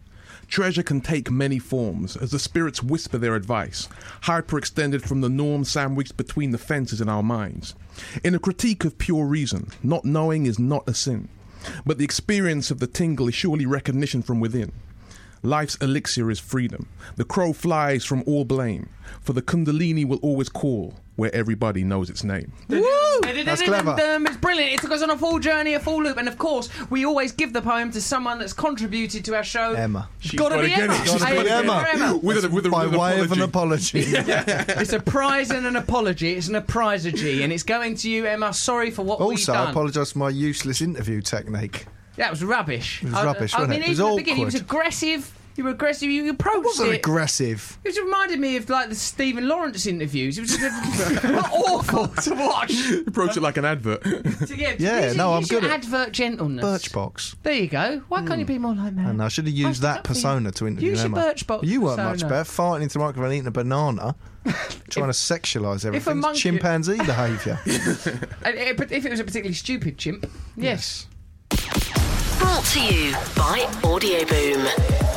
[SPEAKER 2] Treasure can take many forms as the spirits whisper their advice, hyperextended from the norm sandwiched between the fences in our minds. In a critique of pure reason, not knowing is not a sin, but the experience of the tingle is surely recognition from within. Life's elixir is freedom. The crow flies from all blame, for the Kundalini will always call where everybody knows its name. *laughs*
[SPEAKER 1] Woo!
[SPEAKER 7] That's clever.
[SPEAKER 1] It's brilliant. It took us on a full journey, a full loop, and of course, we always give the poem to someone that's contributed to our show.
[SPEAKER 7] Emma.
[SPEAKER 1] She's gotta,
[SPEAKER 2] gotta
[SPEAKER 1] be
[SPEAKER 2] get
[SPEAKER 1] Emma.
[SPEAKER 2] it. She's
[SPEAKER 1] Hey,
[SPEAKER 2] gotta get
[SPEAKER 1] Emma.
[SPEAKER 2] it. With a, with a,
[SPEAKER 7] By
[SPEAKER 2] with an
[SPEAKER 7] way of an
[SPEAKER 2] apology.
[SPEAKER 7] apology. *laughs*
[SPEAKER 1] It's a prize and an apology. It's an apprisogy, and it's going to you, Emma. Sorry for what we've
[SPEAKER 7] Also,
[SPEAKER 1] done.
[SPEAKER 7] I apologise for my useless interview technique.
[SPEAKER 1] that was rubbish. It
[SPEAKER 7] was rubbish,
[SPEAKER 1] I, I
[SPEAKER 7] wasn't
[SPEAKER 1] mean,
[SPEAKER 7] it? It was
[SPEAKER 1] even at the beginning, you was
[SPEAKER 7] awkward.
[SPEAKER 1] aggressive. You were aggressive. You approached
[SPEAKER 7] It wasn't
[SPEAKER 1] it.
[SPEAKER 7] aggressive.
[SPEAKER 1] it just reminded me of like the Stephen Lawrence interviews. It was just *laughs* awful to
[SPEAKER 7] *laughs*
[SPEAKER 1] watch.
[SPEAKER 2] Approach it like an advert. *laughs*
[SPEAKER 1] So, yeah,
[SPEAKER 7] Yeah,
[SPEAKER 1] use
[SPEAKER 7] no,
[SPEAKER 1] your-
[SPEAKER 7] I'm
[SPEAKER 1] use
[SPEAKER 7] good
[SPEAKER 1] your
[SPEAKER 7] at-
[SPEAKER 1] advert gentleness.
[SPEAKER 7] Birchbox.
[SPEAKER 1] There you go. Why can't you be more like that?
[SPEAKER 7] And I should have used
[SPEAKER 1] I-
[SPEAKER 7] that persona to interview
[SPEAKER 1] Oh, Use your
[SPEAKER 7] Emma.
[SPEAKER 1] Birchbox
[SPEAKER 7] You weren't much
[SPEAKER 1] persona.
[SPEAKER 7] better. Farting into the microphone, eating
[SPEAKER 1] *laughs*
[SPEAKER 7] a banana, trying to sexualise everything. It's
[SPEAKER 1] monkey- *laughs*
[SPEAKER 7] chimpanzee behaviour.
[SPEAKER 1] And it- Uh, eh, but if it was a particularly stupid chimp, yes.
[SPEAKER 9] Brought to you by Audio Boom.